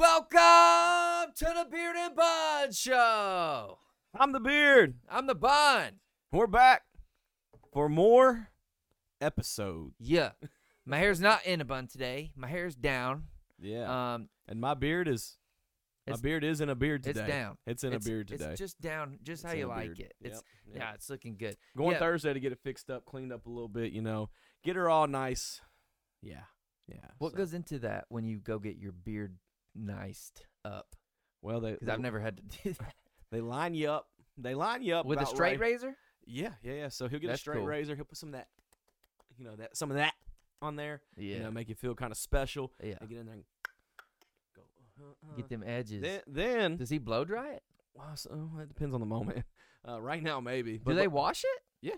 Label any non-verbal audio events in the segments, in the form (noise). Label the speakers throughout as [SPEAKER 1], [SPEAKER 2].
[SPEAKER 1] Welcome to the Beard and Bond Show.
[SPEAKER 2] I'm the beard.
[SPEAKER 1] I'm the Bond.
[SPEAKER 2] We're back for more episodes.
[SPEAKER 1] Yeah. My hair's not in a bun today. My hair's down.
[SPEAKER 2] Yeah.
[SPEAKER 1] Um,
[SPEAKER 2] and my beard is my
[SPEAKER 1] It's-
[SPEAKER 2] beard is in a beard
[SPEAKER 1] it's
[SPEAKER 2] today.
[SPEAKER 1] down.
[SPEAKER 2] It's in
[SPEAKER 1] it's-
[SPEAKER 2] a beard today.
[SPEAKER 1] It's just down, just how
[SPEAKER 2] It's in
[SPEAKER 1] you
[SPEAKER 2] a
[SPEAKER 1] like
[SPEAKER 2] beard.
[SPEAKER 1] it. It's
[SPEAKER 2] Yep, yep.
[SPEAKER 1] yeah, it's looking good.
[SPEAKER 2] Going
[SPEAKER 1] yeah.
[SPEAKER 2] Thursday to get it fixed up, cleaned up a little bit, you know. Get her all nice. Yeah. Yeah.
[SPEAKER 1] What
[SPEAKER 2] so-
[SPEAKER 1] goes into that when you go get your beard niced up?
[SPEAKER 2] Well, they
[SPEAKER 1] Because I've never had to
[SPEAKER 2] (laughs)
[SPEAKER 1] do that
[SPEAKER 2] they line you up. They line you up
[SPEAKER 1] with a
[SPEAKER 2] about
[SPEAKER 1] straight
[SPEAKER 2] right-
[SPEAKER 1] razor.
[SPEAKER 2] Yeah, yeah, yeah. So he'll get
[SPEAKER 1] That's
[SPEAKER 2] a straight
[SPEAKER 1] cool.
[SPEAKER 2] razor. He'll put some of that, you know, that some of that on there.
[SPEAKER 1] Yeah,
[SPEAKER 2] You know, make you feel kind of special.
[SPEAKER 1] yeah.
[SPEAKER 2] And get in there and go. Uh, uh.
[SPEAKER 1] Get them edges.
[SPEAKER 2] Then, then
[SPEAKER 1] Does he blow dry it?
[SPEAKER 2] Well, so well, it depends on the moment. (laughs) Uh, right now, maybe.
[SPEAKER 1] Do
[SPEAKER 2] But
[SPEAKER 1] (laughs) they wash it?
[SPEAKER 2] Yeah.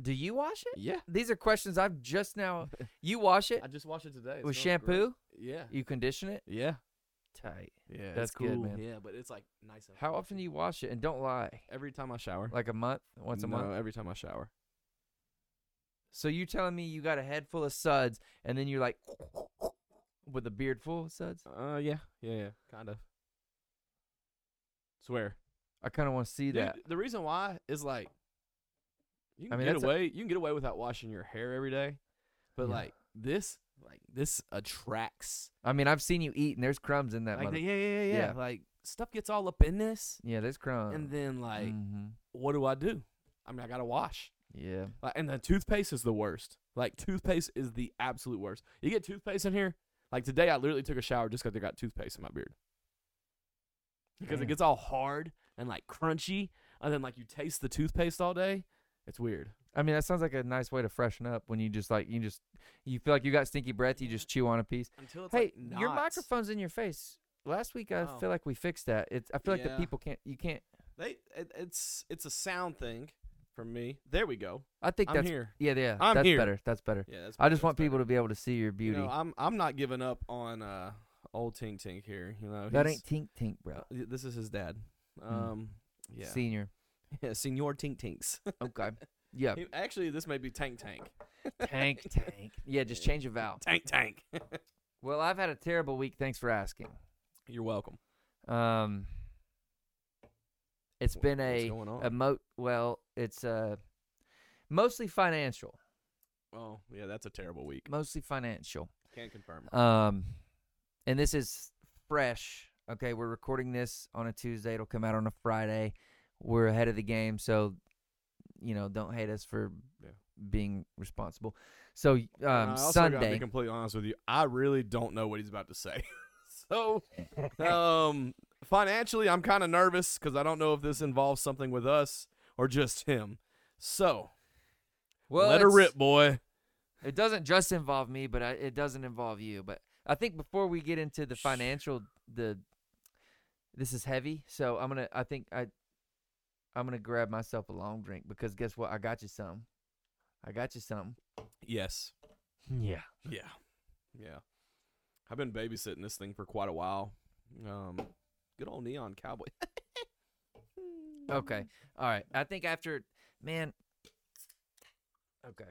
[SPEAKER 1] Do you wash it?
[SPEAKER 2] Yeah,
[SPEAKER 1] These are questions I've just now. You wash it
[SPEAKER 2] I just washed it today. It
[SPEAKER 1] with
[SPEAKER 2] smells great.
[SPEAKER 1] shampoo.
[SPEAKER 2] Yeah,
[SPEAKER 1] You condition it.
[SPEAKER 2] yeah,
[SPEAKER 1] Tight.
[SPEAKER 2] yeah. it's
[SPEAKER 1] That's good, man.
[SPEAKER 2] Yeah, but it's like nice. and
[SPEAKER 1] How often do you wash it? And don't lie.
[SPEAKER 2] Every time I shower.
[SPEAKER 1] Like a month, once a
[SPEAKER 2] no,
[SPEAKER 1] month.
[SPEAKER 2] every time I shower.
[SPEAKER 1] So you telling me you got a head full of suds, and then you're like, with a beard full of suds?
[SPEAKER 2] Uh, yeah, yeah, yeah, kind of. Swear.
[SPEAKER 1] I kind of want to see
[SPEAKER 2] Dude,
[SPEAKER 1] that.
[SPEAKER 2] The reason why is like, you can
[SPEAKER 1] mean,
[SPEAKER 2] get
[SPEAKER 1] that's a-
[SPEAKER 2] away. you can get away without washing your hair every day, but
[SPEAKER 1] Yeah.
[SPEAKER 2] like this, like this attracts.
[SPEAKER 1] I mean, I've seen you eat, and there's crumbs in that.
[SPEAKER 2] Like,
[SPEAKER 1] mother-
[SPEAKER 2] yeah, yeah, yeah,
[SPEAKER 1] Yeah. Uh.
[SPEAKER 2] yeah. Like stuff gets all up in this,
[SPEAKER 1] yeah, there's crumbs.
[SPEAKER 2] and then like.
[SPEAKER 1] Mhm.
[SPEAKER 2] what do I do? I mean, I gotta wash.
[SPEAKER 1] yeah,
[SPEAKER 2] Like, and the toothpaste is the worst. Like, toothpaste is the absolute worst. You get toothpaste in here. Like today, I literally took a shower just because I got toothpaste in my beard because
[SPEAKER 1] Damn.
[SPEAKER 2] it gets all hard and like crunchy, and then like you taste the toothpaste all day. It's weird.
[SPEAKER 1] I mean that sounds like a nice way to freshen up when you just like you just you feel like you got stinky breath, you
[SPEAKER 2] Yeah.
[SPEAKER 1] just chew on a piece.
[SPEAKER 2] Until it's
[SPEAKER 1] hey, your microphone's in your face. Last week I
[SPEAKER 2] Oh.
[SPEAKER 1] feel like we fixed that. It's I feel like the
[SPEAKER 2] Yeah.
[SPEAKER 1] people can't you can't.
[SPEAKER 2] They, it, it's it's a sound thing for me. There we go.
[SPEAKER 1] I think
[SPEAKER 2] I'm
[SPEAKER 1] that's
[SPEAKER 2] here.
[SPEAKER 1] yeah yeah
[SPEAKER 2] I'm
[SPEAKER 1] that's
[SPEAKER 2] here.
[SPEAKER 1] better that's better.
[SPEAKER 2] Yeah, that's
[SPEAKER 1] I just want people to be able to see your beauty.
[SPEAKER 2] I'm I'm not giving up on uh old Tink Tink here. You know
[SPEAKER 1] that ain't tink tink, bro.
[SPEAKER 2] Uh, This is his dad. Um, yeah.
[SPEAKER 1] Senior.
[SPEAKER 2] yeah, (laughs) Senor Tink Tinks.
[SPEAKER 1] Okay. Yeah.
[SPEAKER 2] He- (laughs) Actually, this may be Tank Tank. (laughs)
[SPEAKER 1] tank tank. Yeah, just change a vowel.
[SPEAKER 2] Tank Tank.
[SPEAKER 1] Well, I've had a terrible week. Thanks for asking.
[SPEAKER 2] (laughs) You're welcome.
[SPEAKER 1] Um, it's
[SPEAKER 2] Wh-
[SPEAKER 1] been
[SPEAKER 2] What's
[SPEAKER 1] a
[SPEAKER 2] going on?
[SPEAKER 1] a mo. Well, it's uh mostly financial,
[SPEAKER 2] oh, yeah, that's a terrible week.
[SPEAKER 1] mostly financial.
[SPEAKER 2] Can't confirm.
[SPEAKER 1] Um, and this is fresh. Okay, we're recording this on a Tuesday. It'll come out on a Friday. We're ahead of the game, so you know, don't hate us for
[SPEAKER 2] Yeah.
[SPEAKER 1] being responsible. So um,
[SPEAKER 2] And Uh, I also gotta be
[SPEAKER 1] Sunday,
[SPEAKER 2] completely honest with you. I really don't know what he's about to say. (laughs) so, um, financially, I'm kind of nervous because I don't know if this involves something with us or just him. So,
[SPEAKER 1] (laughs) well,
[SPEAKER 2] let her
[SPEAKER 1] it's-
[SPEAKER 2] rip, boy.
[SPEAKER 1] It doesn't just involve me, but I, it doesn't involve you. But I think before we get into the
[SPEAKER 2] Sh-
[SPEAKER 1] financial, the this is heavy. So I'm gonna. I think I I'm gonna grab myself a long drink because guess what? I got you some. I got you some.
[SPEAKER 2] Yes.
[SPEAKER 1] Yeah.
[SPEAKER 2] Yeah. Yeah. I've been babysitting this thing for quite a while. Um good old neon cowboy. (laughs)
[SPEAKER 1] Okay. All right. I think after man. Okay.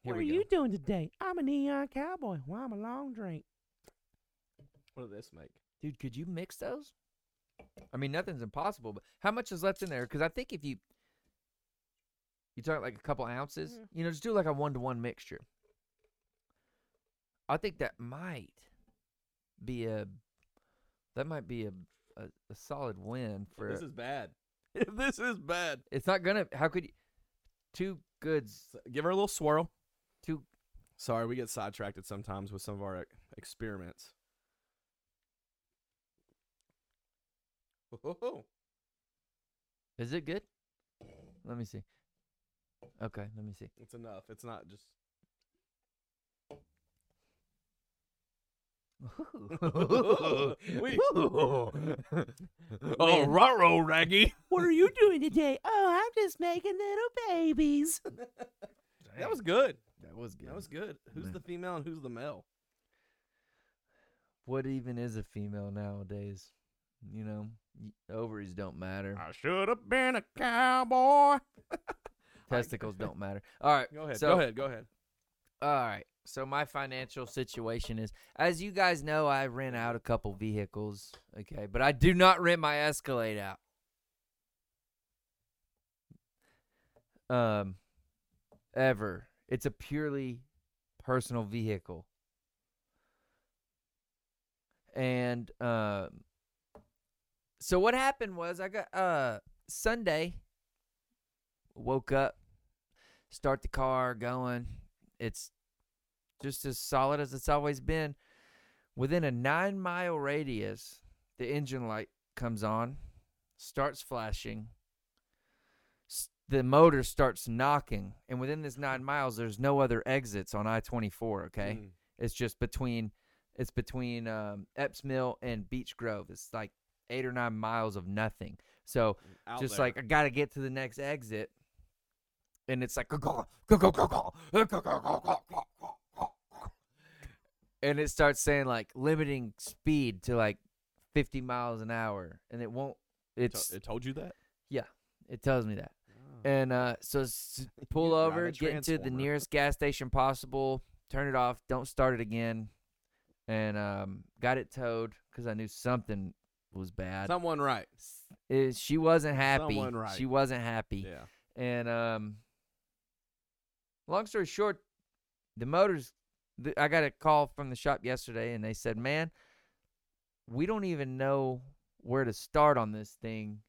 [SPEAKER 1] Here
[SPEAKER 2] what
[SPEAKER 1] we
[SPEAKER 2] are
[SPEAKER 1] go.
[SPEAKER 2] you doing today? I'm a neon cowboy. Well, I'm a long drink. What did this make?
[SPEAKER 1] Dude, could you mix those? I mean, nothing's impossible, but how much is left in there? Because I think if you you talk like a couple ounces,
[SPEAKER 2] Yeah.
[SPEAKER 1] you know, just do like a one to one mixture. I think that might be a that might be a a, a solid win for.
[SPEAKER 2] this is bad. (laughs) this is bad.
[SPEAKER 1] it's not gonna. How could you? Two goods.
[SPEAKER 2] So, give her a little swirl.
[SPEAKER 1] Two.
[SPEAKER 2] Sorry, we get sidetracked sometimes with some of our e- experiments. (laughs) Oh,
[SPEAKER 1] Is it good? Let me see. Okay, let me see.
[SPEAKER 2] it's enough. It's not just (laughs) We-
[SPEAKER 1] Man.
[SPEAKER 2] raro, Raggy.
[SPEAKER 3] What are you doing today? Oh, I'm just making little babies.
[SPEAKER 2] That was good.
[SPEAKER 1] that was good.
[SPEAKER 2] That was good. Who's
[SPEAKER 1] Yeah.
[SPEAKER 2] the female and who's the male?
[SPEAKER 1] what even is a female nowadays? You know, y- ovaries don't matter,
[SPEAKER 2] should have been a cowboy.
[SPEAKER 1] (laughs) testicles don't matter. All right,
[SPEAKER 2] Go ahead.
[SPEAKER 1] So,
[SPEAKER 2] go ahead. Go ahead.
[SPEAKER 1] All right, So my financial situation is, as you guys know, I rent out a couple vehicles. Okay, but I do not rent my Escalade out. Um, ever. It's a purely personal vehicle. And um, so what happened was I got uh Sunday. Woke up, start the car going. It's just as solid as it's always been. Within a nine mile radius, the engine light comes on, starts flashing. S- The motor starts knocking, and within this nine miles, there's no other exits on I twenty four. Okay,
[SPEAKER 2] Mm.
[SPEAKER 1] it's just between, it's between um, Epps Mill and Beach Grove. It's like eight or nine miles of nothing. So
[SPEAKER 2] Out
[SPEAKER 1] just
[SPEAKER 2] there.
[SPEAKER 1] like I gotta get to the next exit, and it's like (laughs) and it starts saying like limiting speed to like 50 miles an hour, and it won't.
[SPEAKER 2] To-
[SPEAKER 1] It's
[SPEAKER 2] it told you that.
[SPEAKER 1] it tells me that, and uh, so s- pull
[SPEAKER 2] (laughs) You drive
[SPEAKER 1] over,
[SPEAKER 2] a
[SPEAKER 1] get into the
[SPEAKER 2] transformer.
[SPEAKER 1] nearest gas station possible, turn it off, don't start it again, and um, got it towed because I knew something was bad.
[SPEAKER 2] Oh. Someone right.
[SPEAKER 1] Is she wasn't happy.
[SPEAKER 2] Someone right.
[SPEAKER 1] She wasn't happy.
[SPEAKER 2] Yeah.
[SPEAKER 1] And um, long story short, the motors. The, I got a call from the shop yesterday, and they said, "Man, we don't even know where to start on this thing.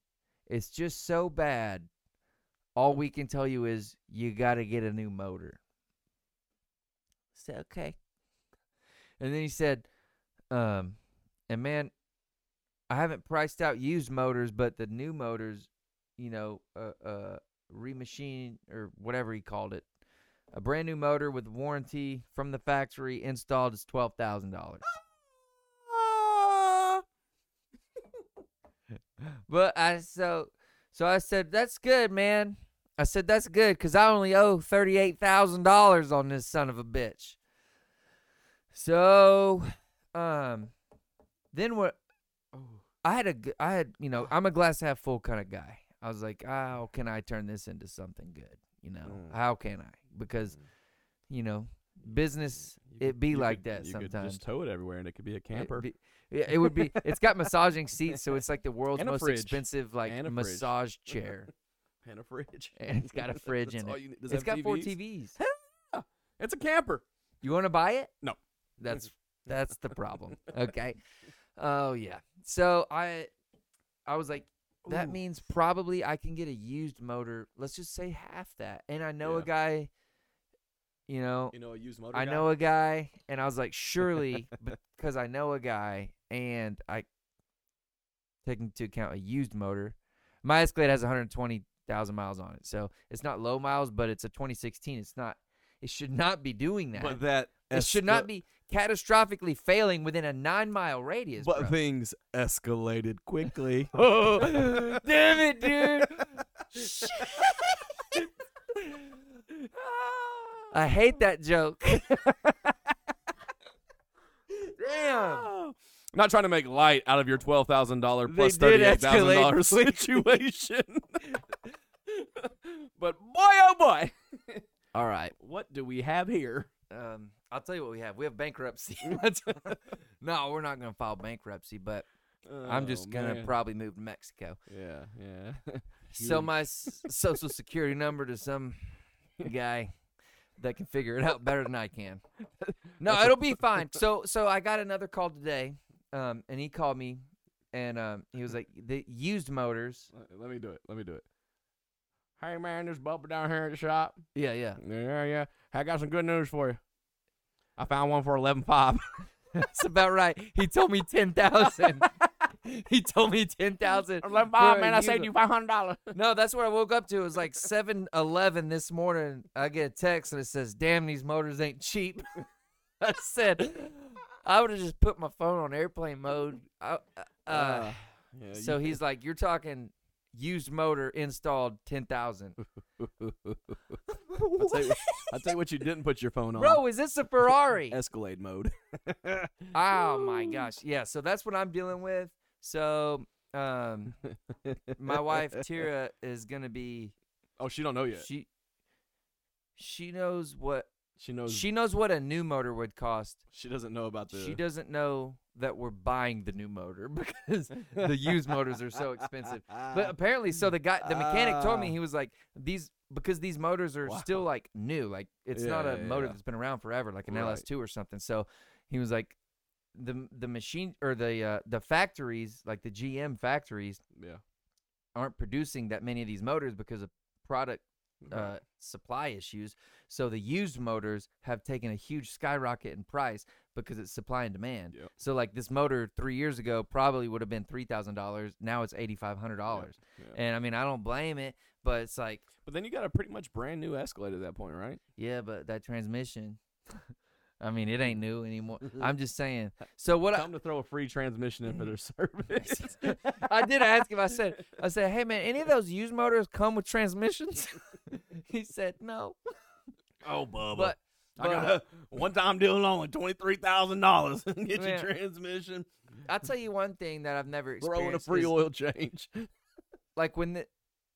[SPEAKER 1] It's just so bad. All we can tell you is you got to get a new motor." I said, "Okay." And then he said, "Um, and man, I haven't priced out used motors, but the new motors, you know, uh, uh." remachine or whatever he called it. A brand new motor with warranty from the factory installed is twelve thousand dollars.
[SPEAKER 2] Ah.
[SPEAKER 1] But I so so I said that's good, man. I said that's good because I only owe thirty eight thousand dollars on this son of a bitch. So, um, then what? I had a g- I had you know I'm a glass half full kind of guy. I was like, how can I turn this into something good? You know,
[SPEAKER 2] Mm.
[SPEAKER 1] how can I? Because you know, business
[SPEAKER 2] You
[SPEAKER 1] it
[SPEAKER 2] could-
[SPEAKER 1] be
[SPEAKER 2] you
[SPEAKER 1] like
[SPEAKER 2] could-
[SPEAKER 1] that
[SPEAKER 2] you could
[SPEAKER 1] sometimes.
[SPEAKER 2] just tow it everywhere, and it could be a
[SPEAKER 1] It'd
[SPEAKER 2] camper.
[SPEAKER 1] be- Eh, yeah, it would be. It's got massaging seats, so it's like the world's
[SPEAKER 2] And a
[SPEAKER 1] most
[SPEAKER 2] fridge.
[SPEAKER 1] expensive like
[SPEAKER 2] And a fridge. (laughs)
[SPEAKER 1] massage chair.
[SPEAKER 2] and a fridge.
[SPEAKER 1] And it's got a fridge
[SPEAKER 2] (laughs) That's
[SPEAKER 1] in
[SPEAKER 2] all
[SPEAKER 1] it.
[SPEAKER 2] you need. Does it
[SPEAKER 1] it's
[SPEAKER 2] have
[SPEAKER 1] got four
[SPEAKER 2] TVs?
[SPEAKER 1] TVs.
[SPEAKER 2] It's a camper.
[SPEAKER 1] You want to buy it?
[SPEAKER 2] No. (laughs)
[SPEAKER 1] That's that's the problem. Okay. Oh yeah. So I I was like that
[SPEAKER 2] Ooh.
[SPEAKER 1] means probably I can get a used motor. Let's just say half that. And I know a
[SPEAKER 2] Yeah.
[SPEAKER 1] guy you know,
[SPEAKER 2] You know, a used motor.
[SPEAKER 1] I
[SPEAKER 2] guy?
[SPEAKER 1] know a guy and I was like
[SPEAKER 2] (laughs)
[SPEAKER 1] surely because I know a guy and I taking into account a used motor. My Escalade has 120,000 miles on it. So it's not low miles, but it's a 2016. It's not it should not be doing that.
[SPEAKER 2] But that
[SPEAKER 1] It should not be catastrophically failing within a nine mile radius.
[SPEAKER 2] But
[SPEAKER 1] bro.
[SPEAKER 2] things escalated (laughs) quickly.
[SPEAKER 1] oh, (laughs) damn it, dude! Shit. I hate that
[SPEAKER 2] (laughs)
[SPEAKER 1] joke. (laughs) damn.
[SPEAKER 2] I'm Ah! not trying to make light out of your twelve thousand dollar
[SPEAKER 1] They
[SPEAKER 2] plus
[SPEAKER 1] did
[SPEAKER 2] thirty eight thousand dollar
[SPEAKER 1] escalate
[SPEAKER 2] situation. (laughs) but boy, oh boy,
[SPEAKER 1] All right.
[SPEAKER 2] what do we have here?
[SPEAKER 1] Um, I'll tell you what we have. We have bankruptcy. (laughs) That's- no, we're not gonna file bankruptcy, but I'm just gonna probably move to Mexico.
[SPEAKER 2] Oh, yeah, yeah. (laughs)
[SPEAKER 1] sell
[SPEAKER 2] Huge.
[SPEAKER 1] my s- social security number to some guy that can figure it out better than I can. No, it'll (laughs) be fine. So, so I got another call today, um, and he called me, and um, he was like, "The used motors."
[SPEAKER 2] Let- Let me do it. Let me do it. Hey man, there's Bubba down here at the shop.
[SPEAKER 1] Yeah, yeah.
[SPEAKER 2] Yeah, yeah. I got some good news for you. I found one for eleven five.
[SPEAKER 1] That's about right. He told me ten (laughs) thousand. he told me ten thousand.
[SPEAKER 2] Eleven
[SPEAKER 1] For
[SPEAKER 2] five,
[SPEAKER 1] a
[SPEAKER 2] man. I
[SPEAKER 1] used
[SPEAKER 2] saved
[SPEAKER 1] one.
[SPEAKER 2] you five hundred dollars.
[SPEAKER 1] No, that's what I woke up to. It was like seven eleven this morning. I get a text and it says, "Damn, these motors ain't cheap." (laughs) I said, "I would have just put my phone on airplane mode." I, uh, uh,
[SPEAKER 2] yeah,
[SPEAKER 1] so he's like, "You're talking used motor installed ten
[SPEAKER 2] (laughs)
[SPEAKER 1] thousand,
[SPEAKER 2] (laughs) I'll
[SPEAKER 1] (laughs)
[SPEAKER 2] tell, you, I'll tell you what you didn't put your phone on.
[SPEAKER 1] bro? Is this a Ferrari?"
[SPEAKER 2] (laughs) Escalade mode.
[SPEAKER 1] oh my gosh, yeah. So that's what I'm dealing with. So, um, my wife Tira is gonna be
[SPEAKER 2] Oh, she don't know yet.
[SPEAKER 1] she. She knows what
[SPEAKER 2] She knows she,
[SPEAKER 1] She knows what a new motor would cost.
[SPEAKER 2] doesn't know about the
[SPEAKER 1] She
[SPEAKER 2] (laughs)
[SPEAKER 1] doesn't know that we're buying the new motor (laughs) because the used motors are so expensive.
[SPEAKER 2] Uh,
[SPEAKER 1] But uh, apparently, so the guy, the mechanic told me
[SPEAKER 2] Ah.
[SPEAKER 1] he was like these because these motors are still
[SPEAKER 2] Wow.
[SPEAKER 1] like new, like it's
[SPEAKER 2] Yeah,
[SPEAKER 1] not a
[SPEAKER 2] yeah,
[SPEAKER 1] motor
[SPEAKER 2] yeah.
[SPEAKER 1] that's been around forever, like an
[SPEAKER 2] Right.
[SPEAKER 1] LS2 or something. So he was like, the the machine or the uh, the factories, like the GM factories,
[SPEAKER 2] yeah.
[SPEAKER 1] aren't producing that many of these motors because of product uh, supply issues. So the used motors have taken a huge skyrocket in price because it's supply and demand.
[SPEAKER 2] Yep.
[SPEAKER 1] So like this motor three years ago probably would have been three thousand dollars. Now it's eighty five hundred dollars.
[SPEAKER 2] yeah.
[SPEAKER 1] And I mean I don't blame it, but it's like
[SPEAKER 2] But then you got a pretty much brand new Escalade at that point, right?
[SPEAKER 1] yeah, but that transmission. (laughs) I mean it ain't new
[SPEAKER 2] (laughs)
[SPEAKER 1] anymore. I'm just saying. So what I,
[SPEAKER 2] Come to throw a free transmission in for their
[SPEAKER 1] Mm-hmm.
[SPEAKER 2] service.
[SPEAKER 1] (laughs) I did ask him. I said I said hey man, any of those used motors come with transmissions? (laughs) he said no,
[SPEAKER 2] oh, Bubba.
[SPEAKER 1] but.
[SPEAKER 2] I
[SPEAKER 1] but-
[SPEAKER 2] got a one time deal loan with twenty three thousand dollars (laughs) and get
[SPEAKER 1] Man.
[SPEAKER 2] your transmission.
[SPEAKER 1] I'll tell you one thing that I've never
[SPEAKER 2] Throwing a
[SPEAKER 1] experienced.
[SPEAKER 2] free
[SPEAKER 1] is,
[SPEAKER 2] oil change. (laughs)
[SPEAKER 1] like when the,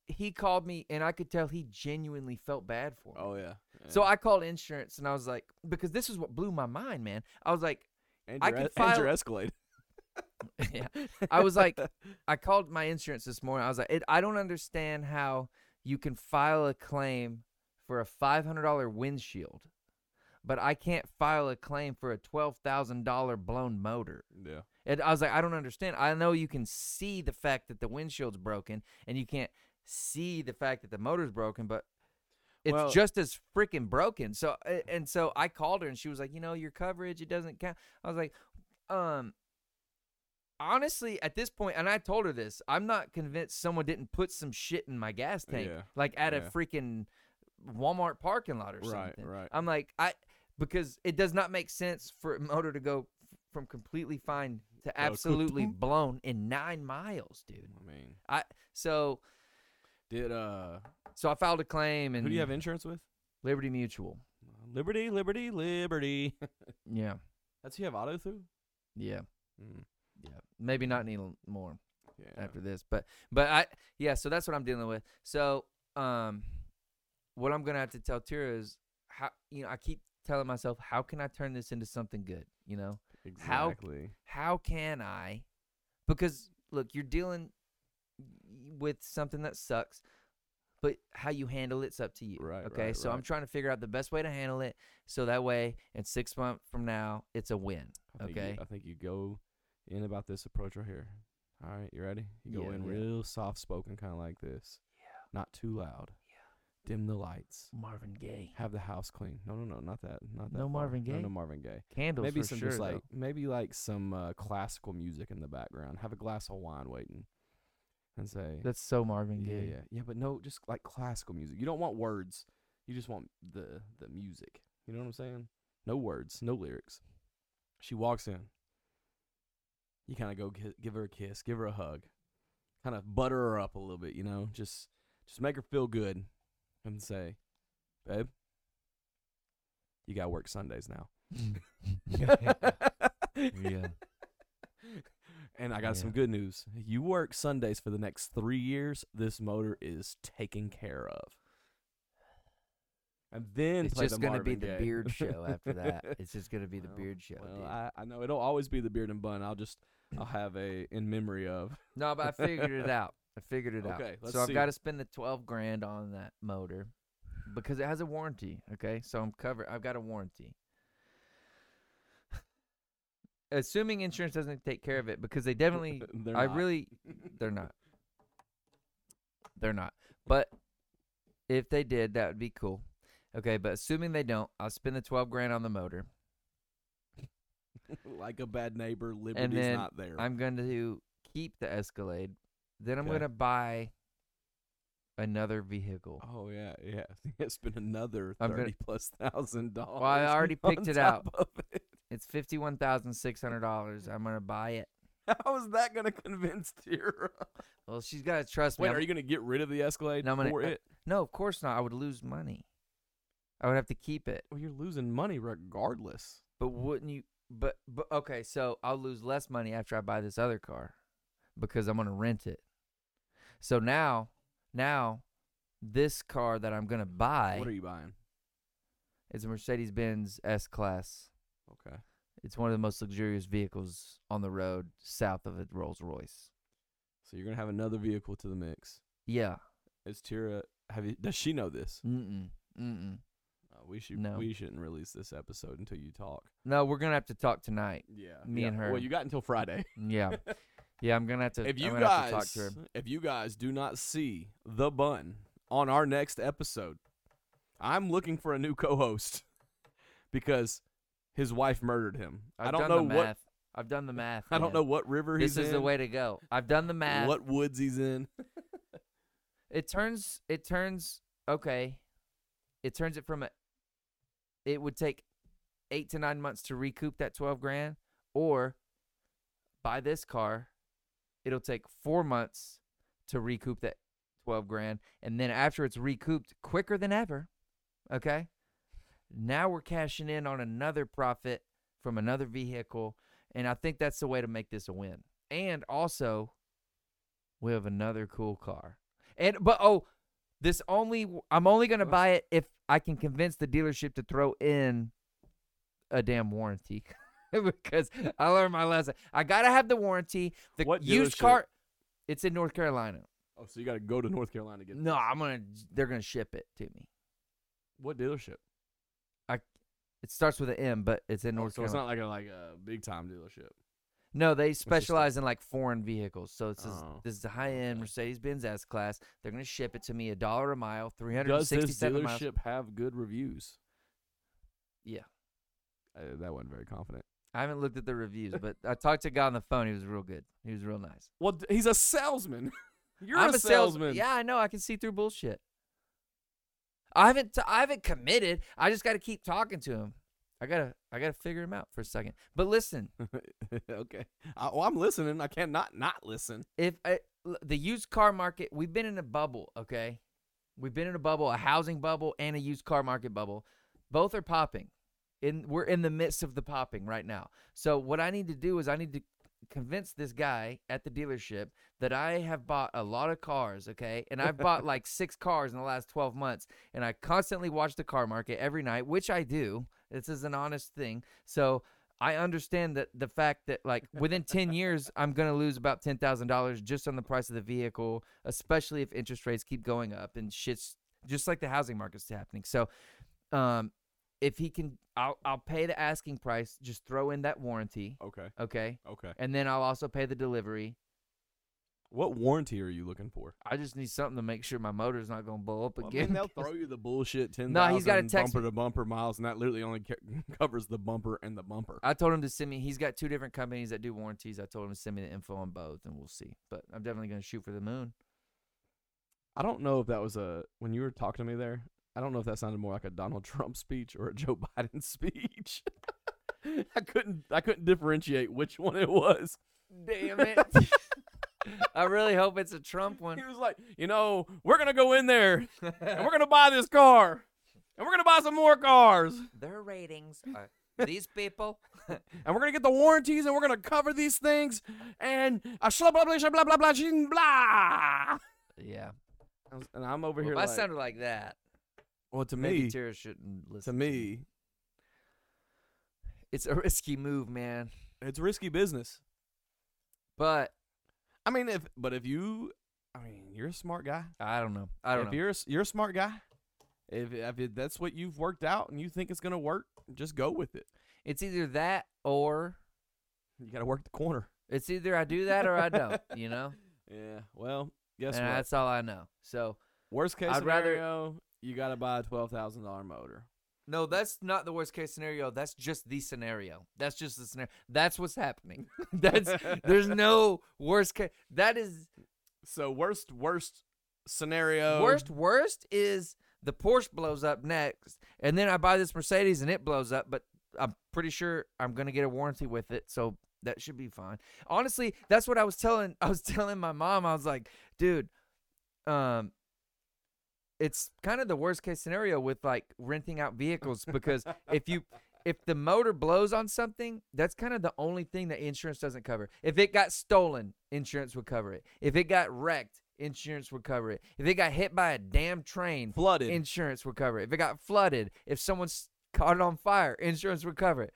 [SPEAKER 1] he called me and I could tell he genuinely felt bad for me.
[SPEAKER 2] Oh yeah.
[SPEAKER 1] So I called insurance and I was like, because this is what blew my mind, man. I was like,
[SPEAKER 2] and
[SPEAKER 1] I
[SPEAKER 2] your,
[SPEAKER 1] could
[SPEAKER 2] Es- and your
[SPEAKER 1] file-
[SPEAKER 2] Escalade.
[SPEAKER 1] yeah. I was like, I called my insurance this morning. I was like, it, I don't understand how you can file a claim for a five hundred dollar windshield, but I can't file a claim for a twelve thousand dollar blown motor.
[SPEAKER 2] Yeah.
[SPEAKER 1] And I was like, I don't understand. I know you can see the fact that the windshield's broken, and you can't see the fact that the motor's broken, but it's
[SPEAKER 2] Well-
[SPEAKER 1] just as freaking broken. So, a- and so I called her, and she was like, you know, your coverage it doesn't count. I was like, um. Honestly, at this point, and I told her this, I'm not convinced someone didn't put some shit in my gas tank,
[SPEAKER 2] Yeah,
[SPEAKER 1] like at a
[SPEAKER 2] yeah.
[SPEAKER 1] freaking Walmart parking lot or
[SPEAKER 2] Right,
[SPEAKER 1] something.
[SPEAKER 2] right.
[SPEAKER 1] I'm like, I because it does not make sense for (laughs) a motor to go f- from completely fine to absolutely
[SPEAKER 2] boom.
[SPEAKER 1] blown in nine miles, dude.
[SPEAKER 2] I mean,
[SPEAKER 1] I so
[SPEAKER 2] did uh,
[SPEAKER 1] so I filed a claim and
[SPEAKER 2] who do you have insurance with?
[SPEAKER 1] Liberty Mutual.
[SPEAKER 2] Liberty, Liberty, (laughs) Liberty.
[SPEAKER 1] Yeah,
[SPEAKER 2] That's who you have auto through.
[SPEAKER 1] yeah,
[SPEAKER 2] Mm,
[SPEAKER 1] yeah. Maybe not need more.
[SPEAKER 2] yeah.
[SPEAKER 1] after this. But but I yeah, so that's what I'm dealing with. So um what I'm gonna have to tell Tira is how you know, I keep telling myself, how can I turn this into something good? You know? how-
[SPEAKER 2] exactly.
[SPEAKER 1] How can I because look, you're dealing with something that sucks, but how you handle it's up to you.
[SPEAKER 2] Right,
[SPEAKER 1] Okay.
[SPEAKER 2] right,
[SPEAKER 1] so I'm
[SPEAKER 2] right.
[SPEAKER 1] trying to figure out the best way to handle it so that way in six months from now it's a win.
[SPEAKER 2] I think
[SPEAKER 1] okay.
[SPEAKER 2] You, I think you go in about this approach right here. All right, you ready? You go
[SPEAKER 1] Yeah,
[SPEAKER 2] in
[SPEAKER 1] yeah.
[SPEAKER 2] real soft spoken, kind of like this. Yeah. Not too loud. Yeah. Dim the lights.
[SPEAKER 1] Marvin Gaye.
[SPEAKER 2] Have the house clean. No, no, no, not that. Not that
[SPEAKER 1] No
[SPEAKER 2] far.
[SPEAKER 1] Marvin
[SPEAKER 2] No,
[SPEAKER 1] Gaye?
[SPEAKER 2] no Marvin Gaye.
[SPEAKER 1] Candles
[SPEAKER 2] maybe
[SPEAKER 1] for
[SPEAKER 2] some
[SPEAKER 1] sure.
[SPEAKER 2] just like
[SPEAKER 1] though.
[SPEAKER 2] maybe like some uh, classical music in the background. Have a glass of wine waiting, and say,
[SPEAKER 1] That's so Marvin
[SPEAKER 2] yeah,
[SPEAKER 1] Gaye.
[SPEAKER 2] yeah, yeah. But no, just like classical music. You don't want words. You just want the the music. You know what I'm saying? No words, no lyrics. She walks in. You kind of go gi- give her a kiss, give her a hug, kind of butter her up a little bit. You know, just just make her feel good, and say, "Babe, you gotta work Sundays
[SPEAKER 1] (laughs)
[SPEAKER 2] now." (laughs)
[SPEAKER 1] Yeah.
[SPEAKER 2] And I got some
[SPEAKER 1] Yeah.
[SPEAKER 2] good news. You work Sundays for the next three years. This motor is taken care of. And then
[SPEAKER 1] it's
[SPEAKER 2] play
[SPEAKER 1] just
[SPEAKER 2] the
[SPEAKER 1] gonna be
[SPEAKER 2] Marvin
[SPEAKER 1] the
[SPEAKER 2] Gaye. (laughs)
[SPEAKER 1] beard show after that. It's just gonna be the
[SPEAKER 2] Well,
[SPEAKER 1] beard show.
[SPEAKER 2] well,
[SPEAKER 1] dude.
[SPEAKER 2] I, I know it'll always be the beard and bun. I'll just I'll have a in memory of.
[SPEAKER 1] no, but I figured it out. I figured it out.
[SPEAKER 2] Okay, let's
[SPEAKER 1] so I've
[SPEAKER 2] see.
[SPEAKER 1] got to spend the twelve grand on that motor because it has a warranty. Okay, so I'm covered. I've got a warranty. (sighs) Assuming insurance doesn't take care of it because they definitely.
[SPEAKER 2] (laughs) They're
[SPEAKER 1] I
[SPEAKER 2] not.
[SPEAKER 1] really. They're not. They're not. But if they did, that would be cool. Okay, but assuming they don't, I'll spend the twelve grand on the motor.
[SPEAKER 2] like a bad neighbor. Liberty's
[SPEAKER 1] then
[SPEAKER 2] not there.
[SPEAKER 1] I'm going to keep the Escalade. Then I'm
[SPEAKER 2] Okay.
[SPEAKER 1] going to buy another vehicle.
[SPEAKER 2] oh yeah, yeah. (laughs) It's been another
[SPEAKER 1] I'm gonna-
[SPEAKER 2] thirty plus thousand dollars.
[SPEAKER 1] already
[SPEAKER 2] (laughs) on
[SPEAKER 1] picked it
[SPEAKER 2] top
[SPEAKER 1] out.
[SPEAKER 2] of it. (laughs)
[SPEAKER 1] It's fifty-one thousand six hundred dollars. I'm going to buy it.
[SPEAKER 2] How is that gonna convince Tira?
[SPEAKER 1] Well, she's got to trust
[SPEAKER 2] Wait,
[SPEAKER 1] me. I'm-
[SPEAKER 2] are you gonna get rid of the Escalade
[SPEAKER 1] No, I'm gonna-
[SPEAKER 2] for
[SPEAKER 1] uh,
[SPEAKER 2] it?
[SPEAKER 1] no, of course not. I would lose money. I would have to keep it.
[SPEAKER 2] Well, you're losing money regardless.
[SPEAKER 1] But wouldn't you? But but okay, so I'll lose less money after I buy this other car because I'm going to rent it. So now, now, this car that I'm going to buy.
[SPEAKER 2] What are you buying?
[SPEAKER 1] It's a Mercedes Benz S Class.
[SPEAKER 2] Okay.
[SPEAKER 1] It's one of the most luxurious vehicles on the road south of a Rolls Royce.
[SPEAKER 2] So you're gonna have another vehicle to the mix.
[SPEAKER 1] Yeah.
[SPEAKER 2] Is Tira? Have you? Does she know this?
[SPEAKER 1] Mm-mm. Mm-mm.
[SPEAKER 2] Uh, we should.
[SPEAKER 1] No.
[SPEAKER 2] We shouldn't release this episode until you talk.
[SPEAKER 1] No, we're gonna have to talk tonight.
[SPEAKER 2] Yeah.
[SPEAKER 1] Me and her.
[SPEAKER 2] Well, you got
[SPEAKER 1] (laughs)
[SPEAKER 2] until Friday. (laughs)
[SPEAKER 1] Yeah. yeah, I'm gonna have to.
[SPEAKER 2] if
[SPEAKER 1] I'm
[SPEAKER 2] you
[SPEAKER 1] gonna have to talk
[SPEAKER 2] guys,
[SPEAKER 1] to her.
[SPEAKER 2] if you guys do not see the bun on our next episode, I'm looking for a new co-host (laughs) because his wife murdered him.
[SPEAKER 1] I've
[SPEAKER 2] I do not
[SPEAKER 1] done
[SPEAKER 2] know
[SPEAKER 1] the
[SPEAKER 2] what.
[SPEAKER 1] math. I've done the math.
[SPEAKER 2] I
[SPEAKER 1] man.
[SPEAKER 2] don't know what river
[SPEAKER 1] This
[SPEAKER 2] he's
[SPEAKER 1] is
[SPEAKER 2] in.
[SPEAKER 1] the way to go. I've done the math.
[SPEAKER 2] What woods he's in? (laughs)
[SPEAKER 1] It turns. It turns. Okay. It turns it from a. It would take eight to nine months to recoup that twelve grand, or buy this car. It'll take four months to recoup that twelve grand, and then after it's recouped quicker than ever, okay. Now we're cashing in on another profit from another vehicle, and I think that's the way to make this a win. And also, we have another cool car. And but oh, this only I'm only gonna buy it if I can convince the dealership to throw in a damn warranty. (laughs) because I learned my lesson. I gotta have the warranty. The
[SPEAKER 2] What
[SPEAKER 1] used
[SPEAKER 2] dealership?
[SPEAKER 1] car it's in North Carolina.
[SPEAKER 2] Oh, so you got to go to North Carolina to get.
[SPEAKER 1] No, I'm gonna they're gonna ship it to me.
[SPEAKER 2] What dealership?
[SPEAKER 1] It starts with an M, but it's in
[SPEAKER 2] Oh,
[SPEAKER 1] North
[SPEAKER 2] so it's
[SPEAKER 1] Carolina.
[SPEAKER 2] not like a like a big time dealership.
[SPEAKER 1] No, they
[SPEAKER 2] the-
[SPEAKER 1] specialize in like foreign vehicles. So this is
[SPEAKER 2] Oh,
[SPEAKER 1] this is a high end
[SPEAKER 2] okay.
[SPEAKER 1] Mercedes Benz S class. They're gonna ship it to me a dollar a mile, three hundred and
[SPEAKER 2] Does
[SPEAKER 1] sixty
[SPEAKER 2] this
[SPEAKER 1] seven
[SPEAKER 2] dealership
[SPEAKER 1] miles.
[SPEAKER 2] have good reviews?
[SPEAKER 1] Yeah.
[SPEAKER 2] Uh, that wasn't very confident.
[SPEAKER 1] I haven't looked at the reviews, but I talked to a guy on the phone. He was real good. He was real nice.
[SPEAKER 2] Well, d- he's a salesman. (laughs) You're
[SPEAKER 1] I'm
[SPEAKER 2] a salesman.
[SPEAKER 1] Yeah, I know. I can see through bullshit. I haven't. T- I haven't committed. I just got to keep talking to him. I gotta. I gotta figure him out for a second. But listen,
[SPEAKER 2] (laughs) okay. I, well, I'm listening. I can't not not listen.
[SPEAKER 1] if I, l- the used car market, we've been in a bubble. Okay, we've been in a bubble, a housing bubble, and a used car market bubble. Both are popping. In we're in the midst of the popping right now. So what I need to do is I need to convince this guy at the dealership that I have bought a lot of cars, okay? And I've bought like 6 cars in the last 12 months and I constantly watch the car market every night, which I do. This is an honest thing. So I understand that the fact that like within 10 years I'm going to lose about $10,000 just on the price of the vehicle, especially if interest rates keep going up and shit's just like the housing market's happening. So um if he can I'll I'll pay the asking price, just throw in that warranty,
[SPEAKER 2] Okay.
[SPEAKER 1] okay?
[SPEAKER 2] Okay.
[SPEAKER 1] and then I'll also pay the delivery.
[SPEAKER 2] What warranty are you looking for?
[SPEAKER 1] I just need something to make sure my motor's not gonna blow up
[SPEAKER 2] Well, I
[SPEAKER 1] again. (laughs)
[SPEAKER 2] mean, (laughs) they'll throw you the bullshit ten thousand
[SPEAKER 1] No, he's gotta text
[SPEAKER 2] bumper to bumper miles, and that literally only ca- (laughs) covers the bumper and the bumper.
[SPEAKER 1] I told him to send me. He's got two different companies that do warranties. I told him to send me the info on both, and we'll see. But I'm definitely gonna shoot for the moon.
[SPEAKER 2] I don't know if that was a when you were talking to me there. I don't know if that sounded more like a Donald (laughs) Trump speech or a Joe Biden (laughs) speech. I couldn't I couldn't differentiate which one it was.
[SPEAKER 1] Damn
[SPEAKER 2] (laughs)
[SPEAKER 1] it! (laughs) I really hope it's a Trump
[SPEAKER 2] He
[SPEAKER 1] one.
[SPEAKER 2] was like, "You know, we're going to go in there and we're going to buy this car. And we're going to buy some more cars.
[SPEAKER 1] Their (laughs) ratings are these people.
[SPEAKER 2] And we're going to get the warranties and we're going to cover these things and a blah blah blah blah blah blah shing, blah."
[SPEAKER 1] Yeah.
[SPEAKER 2] I was- And I'm over
[SPEAKER 1] Well,
[SPEAKER 2] here
[SPEAKER 1] if I
[SPEAKER 2] like,
[SPEAKER 1] sounded like that,
[SPEAKER 2] well to
[SPEAKER 1] maybe
[SPEAKER 2] me
[SPEAKER 1] Tara shouldn't listen.
[SPEAKER 2] to
[SPEAKER 1] (laughs)
[SPEAKER 2] me
[SPEAKER 1] it's a risky move, man.
[SPEAKER 2] it's risky business.
[SPEAKER 1] But
[SPEAKER 2] I mean, if but if you, I mean, you're a smart guy.
[SPEAKER 1] I don't know. I don't
[SPEAKER 2] if
[SPEAKER 1] know.
[SPEAKER 2] you're a, s- you're a smart guy, if if it, that's what you've worked out and you think it's gonna work, just go with it.
[SPEAKER 1] It's either that or
[SPEAKER 2] You gotta work the corner.
[SPEAKER 1] it's either I do that or I don't. You know.
[SPEAKER 2] Yeah. Well, guess
[SPEAKER 1] and
[SPEAKER 2] what?
[SPEAKER 1] that's all I know. So
[SPEAKER 2] Worst case
[SPEAKER 1] I'd rather-
[SPEAKER 2] scenario, you gotta buy a twelve thousand dollar motor.
[SPEAKER 1] no, that's not the worst case scenario. That's just the scenario. That's just the scenario. That's what's happening. (laughs) that's (laughs) there's no worst case. That is
[SPEAKER 2] So worst worst scenario.
[SPEAKER 1] worst. Worst is the Porsche blows up next, and then I buy this Mercedes and it blows up. But I'm pretty sure I'm gonna get a warranty with it, so that should be fine. Honestly, that's what I was telling. I was (laughs) telling my mom. I was like, dude, um. It's kind of the worst case scenario with like renting out vehicles because if you if the motor blows on something, that's kind of the only thing that insurance doesn't cover. If it got stolen, insurance would cover it. If it got wrecked, insurance would cover it. If it got hit by a damn train,
[SPEAKER 2] flooded.
[SPEAKER 1] insurance would cover it. If it got flooded, if someone s- caught it on fire. Insurance would cover it.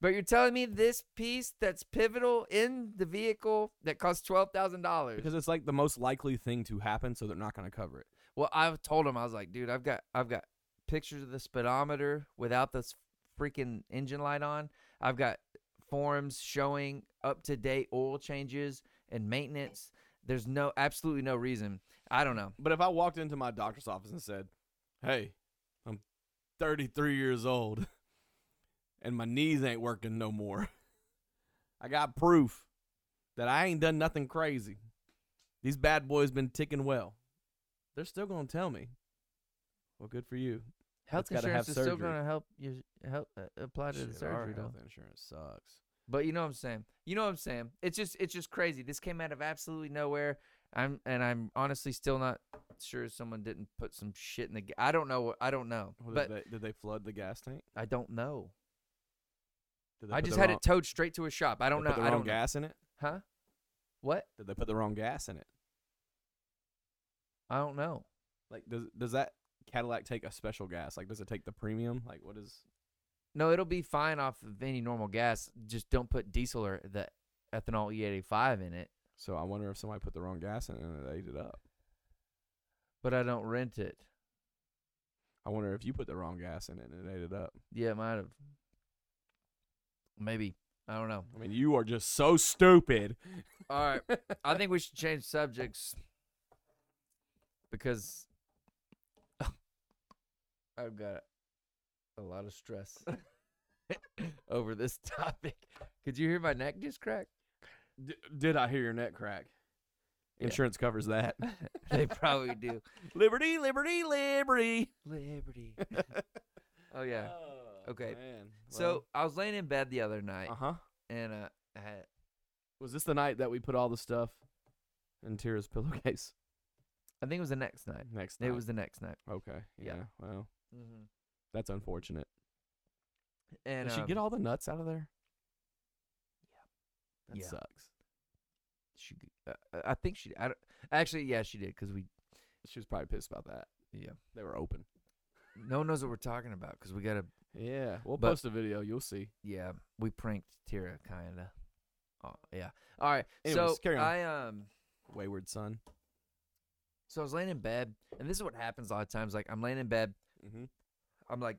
[SPEAKER 1] But you're telling me this piece that's pivotal in the vehicle that costs twelve thousand dollars.
[SPEAKER 2] because it's like the most likely thing to happen, so they're not going to cover it.
[SPEAKER 1] Well, I told him I was like, dude, I've got I've got pictures of the speedometer without this freaking engine light on. I've got forms showing up to date oil changes and maintenance. There's no absolutely no reason. I don't know.
[SPEAKER 2] But if I walked into my doctor's office and said, "Hey, I'm 33 years old, (laughs) and my knees ain't working no more," (laughs) I got proof that I ain't done nothing crazy. These bad boys been ticking well. They're still gonna tell me. Well, good for you.
[SPEAKER 1] Health
[SPEAKER 2] gotta have
[SPEAKER 1] insurance is still
[SPEAKER 2] surgery.
[SPEAKER 1] going to help you help uh, apply to the
[SPEAKER 2] Shit, our
[SPEAKER 1] surgery though.
[SPEAKER 2] health insurance sucks.
[SPEAKER 1] But you know what I'm saying. You know what I'm saying. It's just it's just crazy. This came out of absolutely nowhere. I'm and I'm honestly still not sure someone didn't put some shit in the. ga- I don't know. what I don't know.
[SPEAKER 2] Well,
[SPEAKER 1] But
[SPEAKER 2] did, they, did they flood the gas tank?
[SPEAKER 1] I don't know.
[SPEAKER 2] Did they
[SPEAKER 1] I
[SPEAKER 2] put
[SPEAKER 1] just
[SPEAKER 2] the
[SPEAKER 1] had
[SPEAKER 2] wrong,
[SPEAKER 1] it towed straight to a shop. I don't
[SPEAKER 2] they
[SPEAKER 1] know.
[SPEAKER 2] Put the
[SPEAKER 1] I
[SPEAKER 2] wrong
[SPEAKER 1] don't know.
[SPEAKER 2] gas in it.
[SPEAKER 1] Huh? What?
[SPEAKER 2] Did they put the wrong gas in it?
[SPEAKER 1] I don't know.
[SPEAKER 2] Like, does does that Cadillac take a special gas? Like, does it take the premium? Like, what is?
[SPEAKER 1] No, it'll be fine off of any normal gas. Just don't put diesel or the ethanol E85 in it.
[SPEAKER 2] So I wonder if somebody put the wrong gas in it and it ate it up.
[SPEAKER 1] But I don't rent it.
[SPEAKER 2] I wonder if you put the wrong gas in it and it ate it up.
[SPEAKER 1] Yeah, it might have. Maybe. I don't know.
[SPEAKER 2] I mean, you are just so stupid.
[SPEAKER 1] All right.
[SPEAKER 2] (laughs)
[SPEAKER 1] I think we should change subjects because (laughs) I've got a lot of stress (laughs) over this topic. Could you hear my neck just crack?
[SPEAKER 2] D- did I hear your neck crack?
[SPEAKER 1] Yeah.
[SPEAKER 2] Insurance covers (laughs) that.
[SPEAKER 1] (laughs) they probably do.
[SPEAKER 2] liberty, liberty, liberty. (laughs)
[SPEAKER 1] Liberty. oh yeah.
[SPEAKER 2] Uh,
[SPEAKER 1] Okay.
[SPEAKER 2] Man.
[SPEAKER 1] so I was laying in bed the other night,
[SPEAKER 2] uh huh.
[SPEAKER 1] and uh, I had,
[SPEAKER 2] Was this the night that we put all the stuff in Tira's (laughs) pillowcase?
[SPEAKER 1] I think it was the next night.
[SPEAKER 2] Next.
[SPEAKER 1] It
[SPEAKER 2] night.
[SPEAKER 1] was the next night.
[SPEAKER 2] Okay. Yeah.
[SPEAKER 1] Yeah.
[SPEAKER 2] Well,
[SPEAKER 1] Mm-hmm.
[SPEAKER 2] that's unfortunate.
[SPEAKER 1] And
[SPEAKER 2] Did she get
[SPEAKER 1] um,
[SPEAKER 2] all the nuts out of there? That
[SPEAKER 1] Yeah.
[SPEAKER 2] sucks.
[SPEAKER 1] She, g- uh, uh, I think she. I don't, actually, yeah, she did because we.
[SPEAKER 2] She was probably pissed about that.
[SPEAKER 1] Yeah.
[SPEAKER 2] They were open.
[SPEAKER 1] No one knows what we're talking about because we gotta.
[SPEAKER 2] Yeah. We'll
[SPEAKER 1] But-
[SPEAKER 2] post a video. You'll see.
[SPEAKER 1] Yeah, we pranked Tira, kinda. Oh yeah. All right.
[SPEAKER 2] Anyways,
[SPEAKER 1] so
[SPEAKER 2] carry on.
[SPEAKER 1] I um.
[SPEAKER 2] Wayward son.
[SPEAKER 1] So I was laying in bed, and this is what happens a lot of times. Like I'm laying in bed,
[SPEAKER 2] Mm-hmm.
[SPEAKER 1] I'm like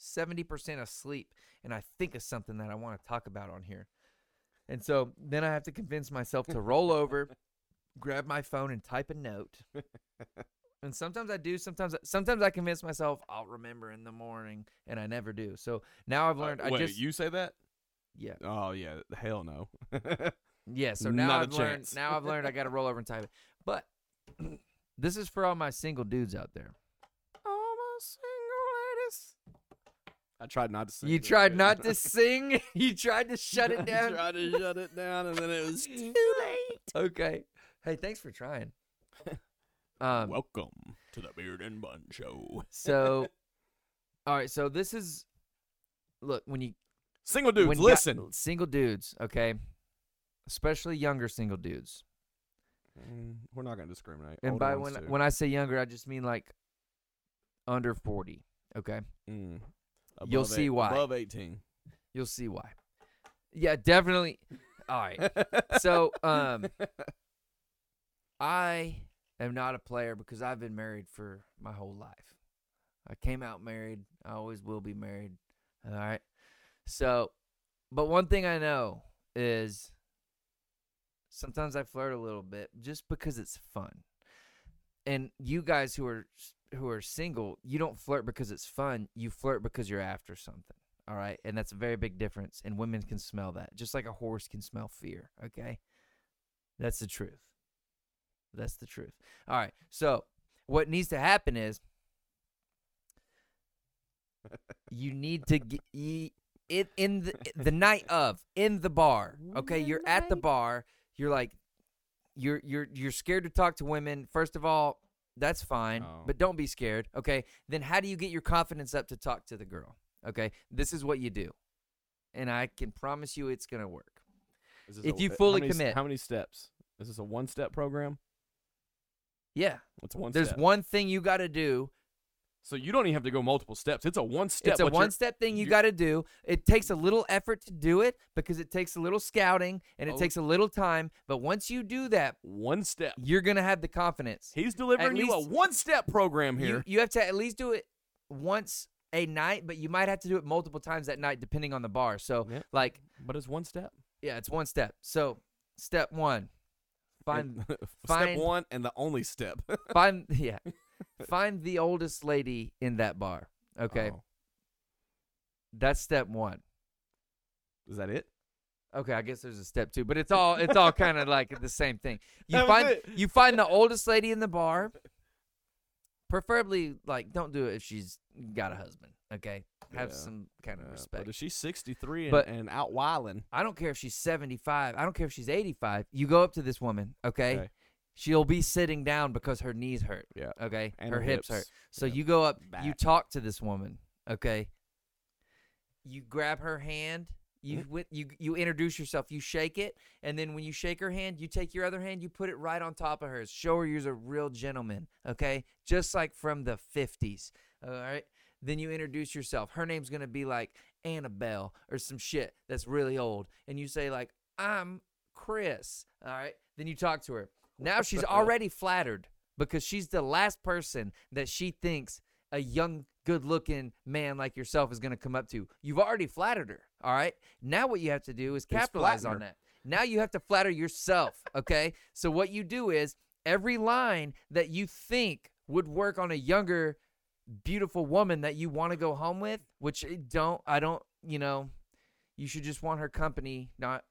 [SPEAKER 1] 70% asleep and I think of something that I want to talk about on here. And so then I have to convince myself to roll over, grab my phone and type a
[SPEAKER 2] (laughs)
[SPEAKER 1] note. And sometimes I do, sometimes sometimes I convince myself I'll remember in the morning and I never do. So now I've learned I
[SPEAKER 2] Uh, wait,
[SPEAKER 1] just
[SPEAKER 2] you say that?
[SPEAKER 1] yeah.
[SPEAKER 2] Oh yeah, hell no. (laughs)
[SPEAKER 1] Yeah, so now
[SPEAKER 2] Not a
[SPEAKER 1] I've learned
[SPEAKER 2] chance.
[SPEAKER 1] now I've learned I got to roll over and type it. But (clears throat) this is for all my single dudes out there.
[SPEAKER 2] I tried not to sing.
[SPEAKER 1] You
[SPEAKER 2] but I
[SPEAKER 1] tried
[SPEAKER 2] couldn't. (laughs)
[SPEAKER 1] not to sing. (laughs) You tried to shut it down.
[SPEAKER 2] I tried to shut it down, and then it was (laughs) too late.
[SPEAKER 1] Okay. Hey, thanks for
[SPEAKER 2] (laughs)
[SPEAKER 1] trying. Um,
[SPEAKER 2] Welcome to the Beard and Bun Show. (laughs)
[SPEAKER 1] so, all right. So this is, look, when you
[SPEAKER 2] Single dudes,
[SPEAKER 1] when you got
[SPEAKER 2] listen.
[SPEAKER 1] single dudes, okay, especially younger single dudes.
[SPEAKER 2] Mm, We're not gonna discriminate.
[SPEAKER 1] And
[SPEAKER 2] Older
[SPEAKER 1] by when
[SPEAKER 2] ones too.
[SPEAKER 1] when I say younger, I just mean like under forty. Okay,
[SPEAKER 2] Mm.
[SPEAKER 1] You'll
[SPEAKER 2] Above
[SPEAKER 1] see
[SPEAKER 2] eight-
[SPEAKER 1] why.
[SPEAKER 2] Above eighteen.
[SPEAKER 1] you'll see why. Yeah, definitely. All
[SPEAKER 2] (laughs)
[SPEAKER 1] right. So, um, I am not a player because I've been married for my whole life. I came out married. I always will be married. All right. So, but one thing I know is sometimes I flirt a little bit just because it's fun. And you guys who are who are single, you don't flirt because it's fun. You flirt because you're after something. All right? And that's a very big difference and women can smell that. Just like a horse can smell fear, okay? That's the truth. That's the truth. All right. So, what needs to happen is you need to get ye- it in the the night of in the bar. Okay, you're at the
[SPEAKER 3] Night.
[SPEAKER 1] bar. You're like you're you're you're scared to talk to women. First of all, that's fine,
[SPEAKER 2] Oh.
[SPEAKER 1] but don't be scared. Okay? Then how do you get your confidence up to talk to the girl? Okay? This is what you do. And I can promise you it's going to work.
[SPEAKER 2] Is this
[SPEAKER 1] If
[SPEAKER 2] a-
[SPEAKER 1] you
[SPEAKER 2] how
[SPEAKER 1] fully
[SPEAKER 2] many s-
[SPEAKER 1] commit.
[SPEAKER 2] how many steps? Is this a one-step program?
[SPEAKER 1] Yeah.
[SPEAKER 2] It's one.
[SPEAKER 1] There's
[SPEAKER 2] step.
[SPEAKER 1] one thing you got to do
[SPEAKER 2] So you don't even have to go multiple steps. It's a one step.
[SPEAKER 1] It's a
[SPEAKER 2] but you're-
[SPEAKER 1] one step thing you
[SPEAKER 2] you're-
[SPEAKER 1] got to do. It takes a little effort to do it because it takes a little scouting and it
[SPEAKER 2] Oh.
[SPEAKER 1] takes a little time. But once you do that,
[SPEAKER 2] One step.
[SPEAKER 1] you're going to have the confidence.
[SPEAKER 2] He's delivering you a
[SPEAKER 1] least-
[SPEAKER 2] one step program
[SPEAKER 1] You-
[SPEAKER 2] here.
[SPEAKER 1] You, have to at least do it once a night, but you might have to do it multiple times that night depending on the bar. So,
[SPEAKER 2] Yeah.
[SPEAKER 1] like,
[SPEAKER 2] but it's one step.
[SPEAKER 1] yeah, it's one step. So, step one
[SPEAKER 2] (laughs)
[SPEAKER 1] find
[SPEAKER 2] And- (laughs) step
[SPEAKER 1] find-
[SPEAKER 2] one and the only step. (laughs)
[SPEAKER 1] find (laughs) yeah find the oldest lady in that bar okay
[SPEAKER 2] Oh.
[SPEAKER 1] that's step one
[SPEAKER 2] Is that it?
[SPEAKER 1] okay i guess there's a step two but it's all it's all kind
[SPEAKER 2] (laughs)
[SPEAKER 1] of like the same thing you
[SPEAKER 2] That was
[SPEAKER 1] find
[SPEAKER 2] it.
[SPEAKER 1] you find the oldest lady in the bar preferably like don't do it if she's got a husband okay have
[SPEAKER 2] Yeah.
[SPEAKER 1] some kind of
[SPEAKER 2] Uh,
[SPEAKER 1] respect
[SPEAKER 2] But if she's 63 and,
[SPEAKER 1] But-
[SPEAKER 2] and out wilding,
[SPEAKER 1] i don't care if she's 75 i don't care if she's 85 you go up to this woman okay,
[SPEAKER 2] Okay.
[SPEAKER 1] she'll be sitting down because her knees hurt
[SPEAKER 2] Yeah.
[SPEAKER 1] okay
[SPEAKER 2] and
[SPEAKER 1] her hips hurt So
[SPEAKER 2] Yeah.
[SPEAKER 1] you go up, you
[SPEAKER 2] Back.
[SPEAKER 1] talk to this woman, okay? You grab her hand, you
[SPEAKER 2] Mm-hmm.
[SPEAKER 1] wi- you you introduce yourself, you shake it, and then when you shake her hand, you take your other hand, you put it right on top of hers. Show her you're a real gentleman, okay? Just like from the 50s. All right? Then you introduce yourself. Her name's going to be like Annabelle or some shit that's really old. And you say like, "I'm Chris." All right? Then you talk to her. Now she's already flattered because she's the last person that she thinks a young, good looking man like yourself is going to come up to. You've already flattered her. All right. Now, what you have to do is capitalize
[SPEAKER 2] flatten
[SPEAKER 1] on
[SPEAKER 2] her.
[SPEAKER 1] that. Now you have to flatter yourself. Okay. so, what you do is every line that you think would work on a younger, beautiful woman that you want to go home with, which it don't, I don't, you know, you should just want her company, not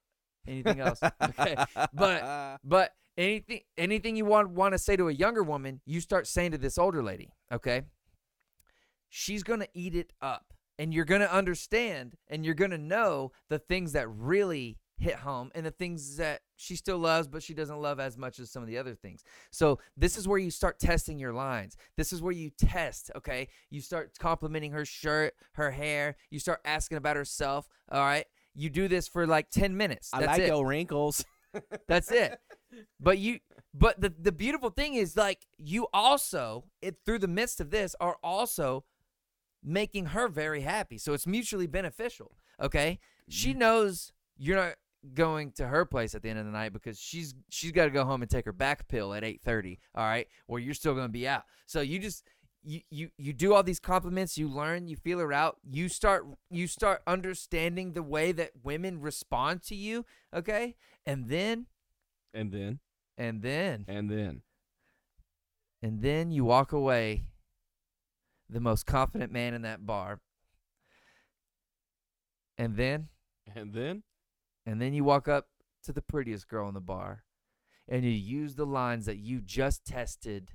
[SPEAKER 1] anything else. (laughs) Okay.
[SPEAKER 2] (laughs)
[SPEAKER 1] But but anything anything you want want to say to a younger woman, you start saying to this older lady, okay? She's going to eat it up and you're going to understand and you're going to know the things that really hit home and the things that she still loves but she doesn't love as much as some of the other things. So this is where you start testing your lines. This is where you test, okay? You start complimenting her shirt, her hair, you start asking about herself, all right? You do this for like 10 minutes. That's it.
[SPEAKER 2] wrinkles.
[SPEAKER 1] That's it. But you but the the beautiful thing is like you also it through the midst of this are also making her very happy. So it's mutually beneficial. Okay? She knows you're not going to her place at the end of the night because she's she's got to go home and take her back pill at 8:30, all right? Or you're still going to be out. So you just you, you you do all these compliments you learn you feel her out you start you start understanding the way that women respond to you okay and then
[SPEAKER 2] And then,
[SPEAKER 1] and then
[SPEAKER 2] and then.
[SPEAKER 1] and then you walk away the most confident man in that bar and then
[SPEAKER 2] And then,
[SPEAKER 1] and then you walk up to the prettiest girl in the bar and you use the lines that you just tested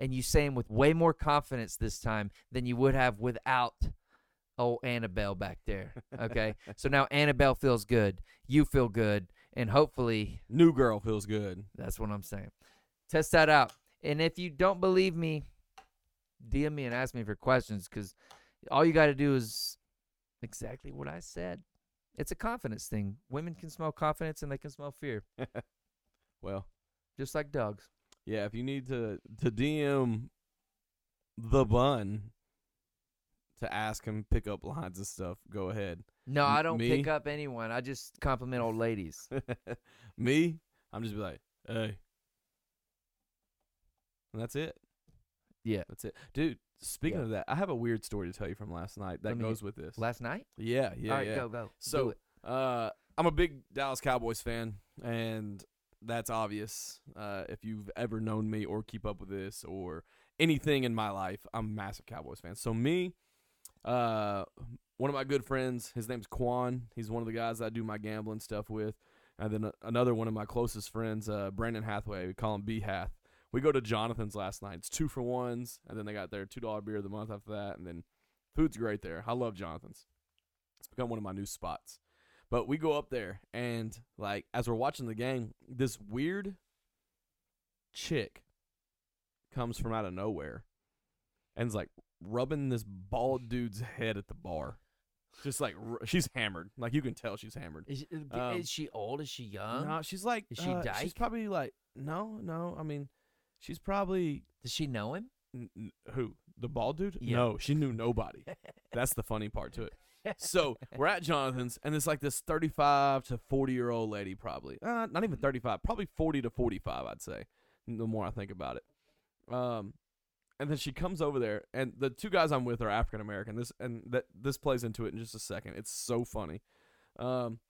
[SPEAKER 1] and you say them with way more confidence this time than you would have without old Annabelle back there. Okay. so now Annabelle feels good. You feel good. And hopefully
[SPEAKER 2] (laughs) new girl feels good.
[SPEAKER 1] that's what I'm saying. Test that out. And if you don't believe me, DM me and ask me for questions because all you got to do is exactly what I said. It's a confidence thing. Women can smell confidence and they can smell fear,
[SPEAKER 2] Well,
[SPEAKER 1] just like dogs.
[SPEAKER 2] yeah. If you need to to DM the bun to ask him pick up lines and stuff,
[SPEAKER 1] (laughs)
[SPEAKER 2] go ahead.
[SPEAKER 1] No,
[SPEAKER 2] M-
[SPEAKER 1] I don't pick
[SPEAKER 2] me?
[SPEAKER 1] up anyone. I just compliment old ladies.
[SPEAKER 2] (laughs) Me, I'm just be like, hey. And that's it.
[SPEAKER 1] Yeah.
[SPEAKER 2] That's it. Dude, speaking
[SPEAKER 1] Yeah.
[SPEAKER 2] of that, I have a weird story to tell you from last night that
[SPEAKER 1] Let me-
[SPEAKER 2] goes with this.
[SPEAKER 1] Last night?
[SPEAKER 2] yeah, yeah,
[SPEAKER 1] all right,
[SPEAKER 2] yeah.
[SPEAKER 1] go, go. Do
[SPEAKER 2] So,
[SPEAKER 1] it.
[SPEAKER 2] Uh, I'm a big Dallas Cowboys fan, and that's obvious. Uh, if you've ever known me or keep up with this or anything in my life, I'm a massive Cowboys fan. So me, uh, one of my good friends, his name's Quan. He's one of the guys I do my gambling stuff with, and then a- another one of my closest friends, uh, Brandon Hathaway. We call him B Hath. We go to Jonathan's last night. It's two for ones, and then they got their two dollar beer of the month after that, and then food's great there. I love Jonathan's. It's become one of my new spots. But we go up there and like as we're watching the game, this weird chick comes from out of nowhere and's like rubbing this bald dude's head at the bar. Just like r- she's hammered. Like you can tell she's hammered.
[SPEAKER 1] Is, is-
[SPEAKER 2] um,
[SPEAKER 1] is she old? Is she young?
[SPEAKER 2] no, she's like
[SPEAKER 1] is she
[SPEAKER 2] uh,
[SPEAKER 1] dyke?
[SPEAKER 2] she's probably like no, no. I mean, she's probably (laughs)
[SPEAKER 1] Does she know him?
[SPEAKER 2] N- n- who? The bald dude?
[SPEAKER 1] Yeah.
[SPEAKER 2] No, she knew nobody. That's the funny part to it. So we're at Jonathan's, and it's like this 35 to 40 year old lady, probably. Uh, not even 35, probably 40 to 45, I'd say, the more I think about it. Um, and then she comes over there, and the two guys I'm with are African American. This and that this plays into it in just a second. It's so funny. Um,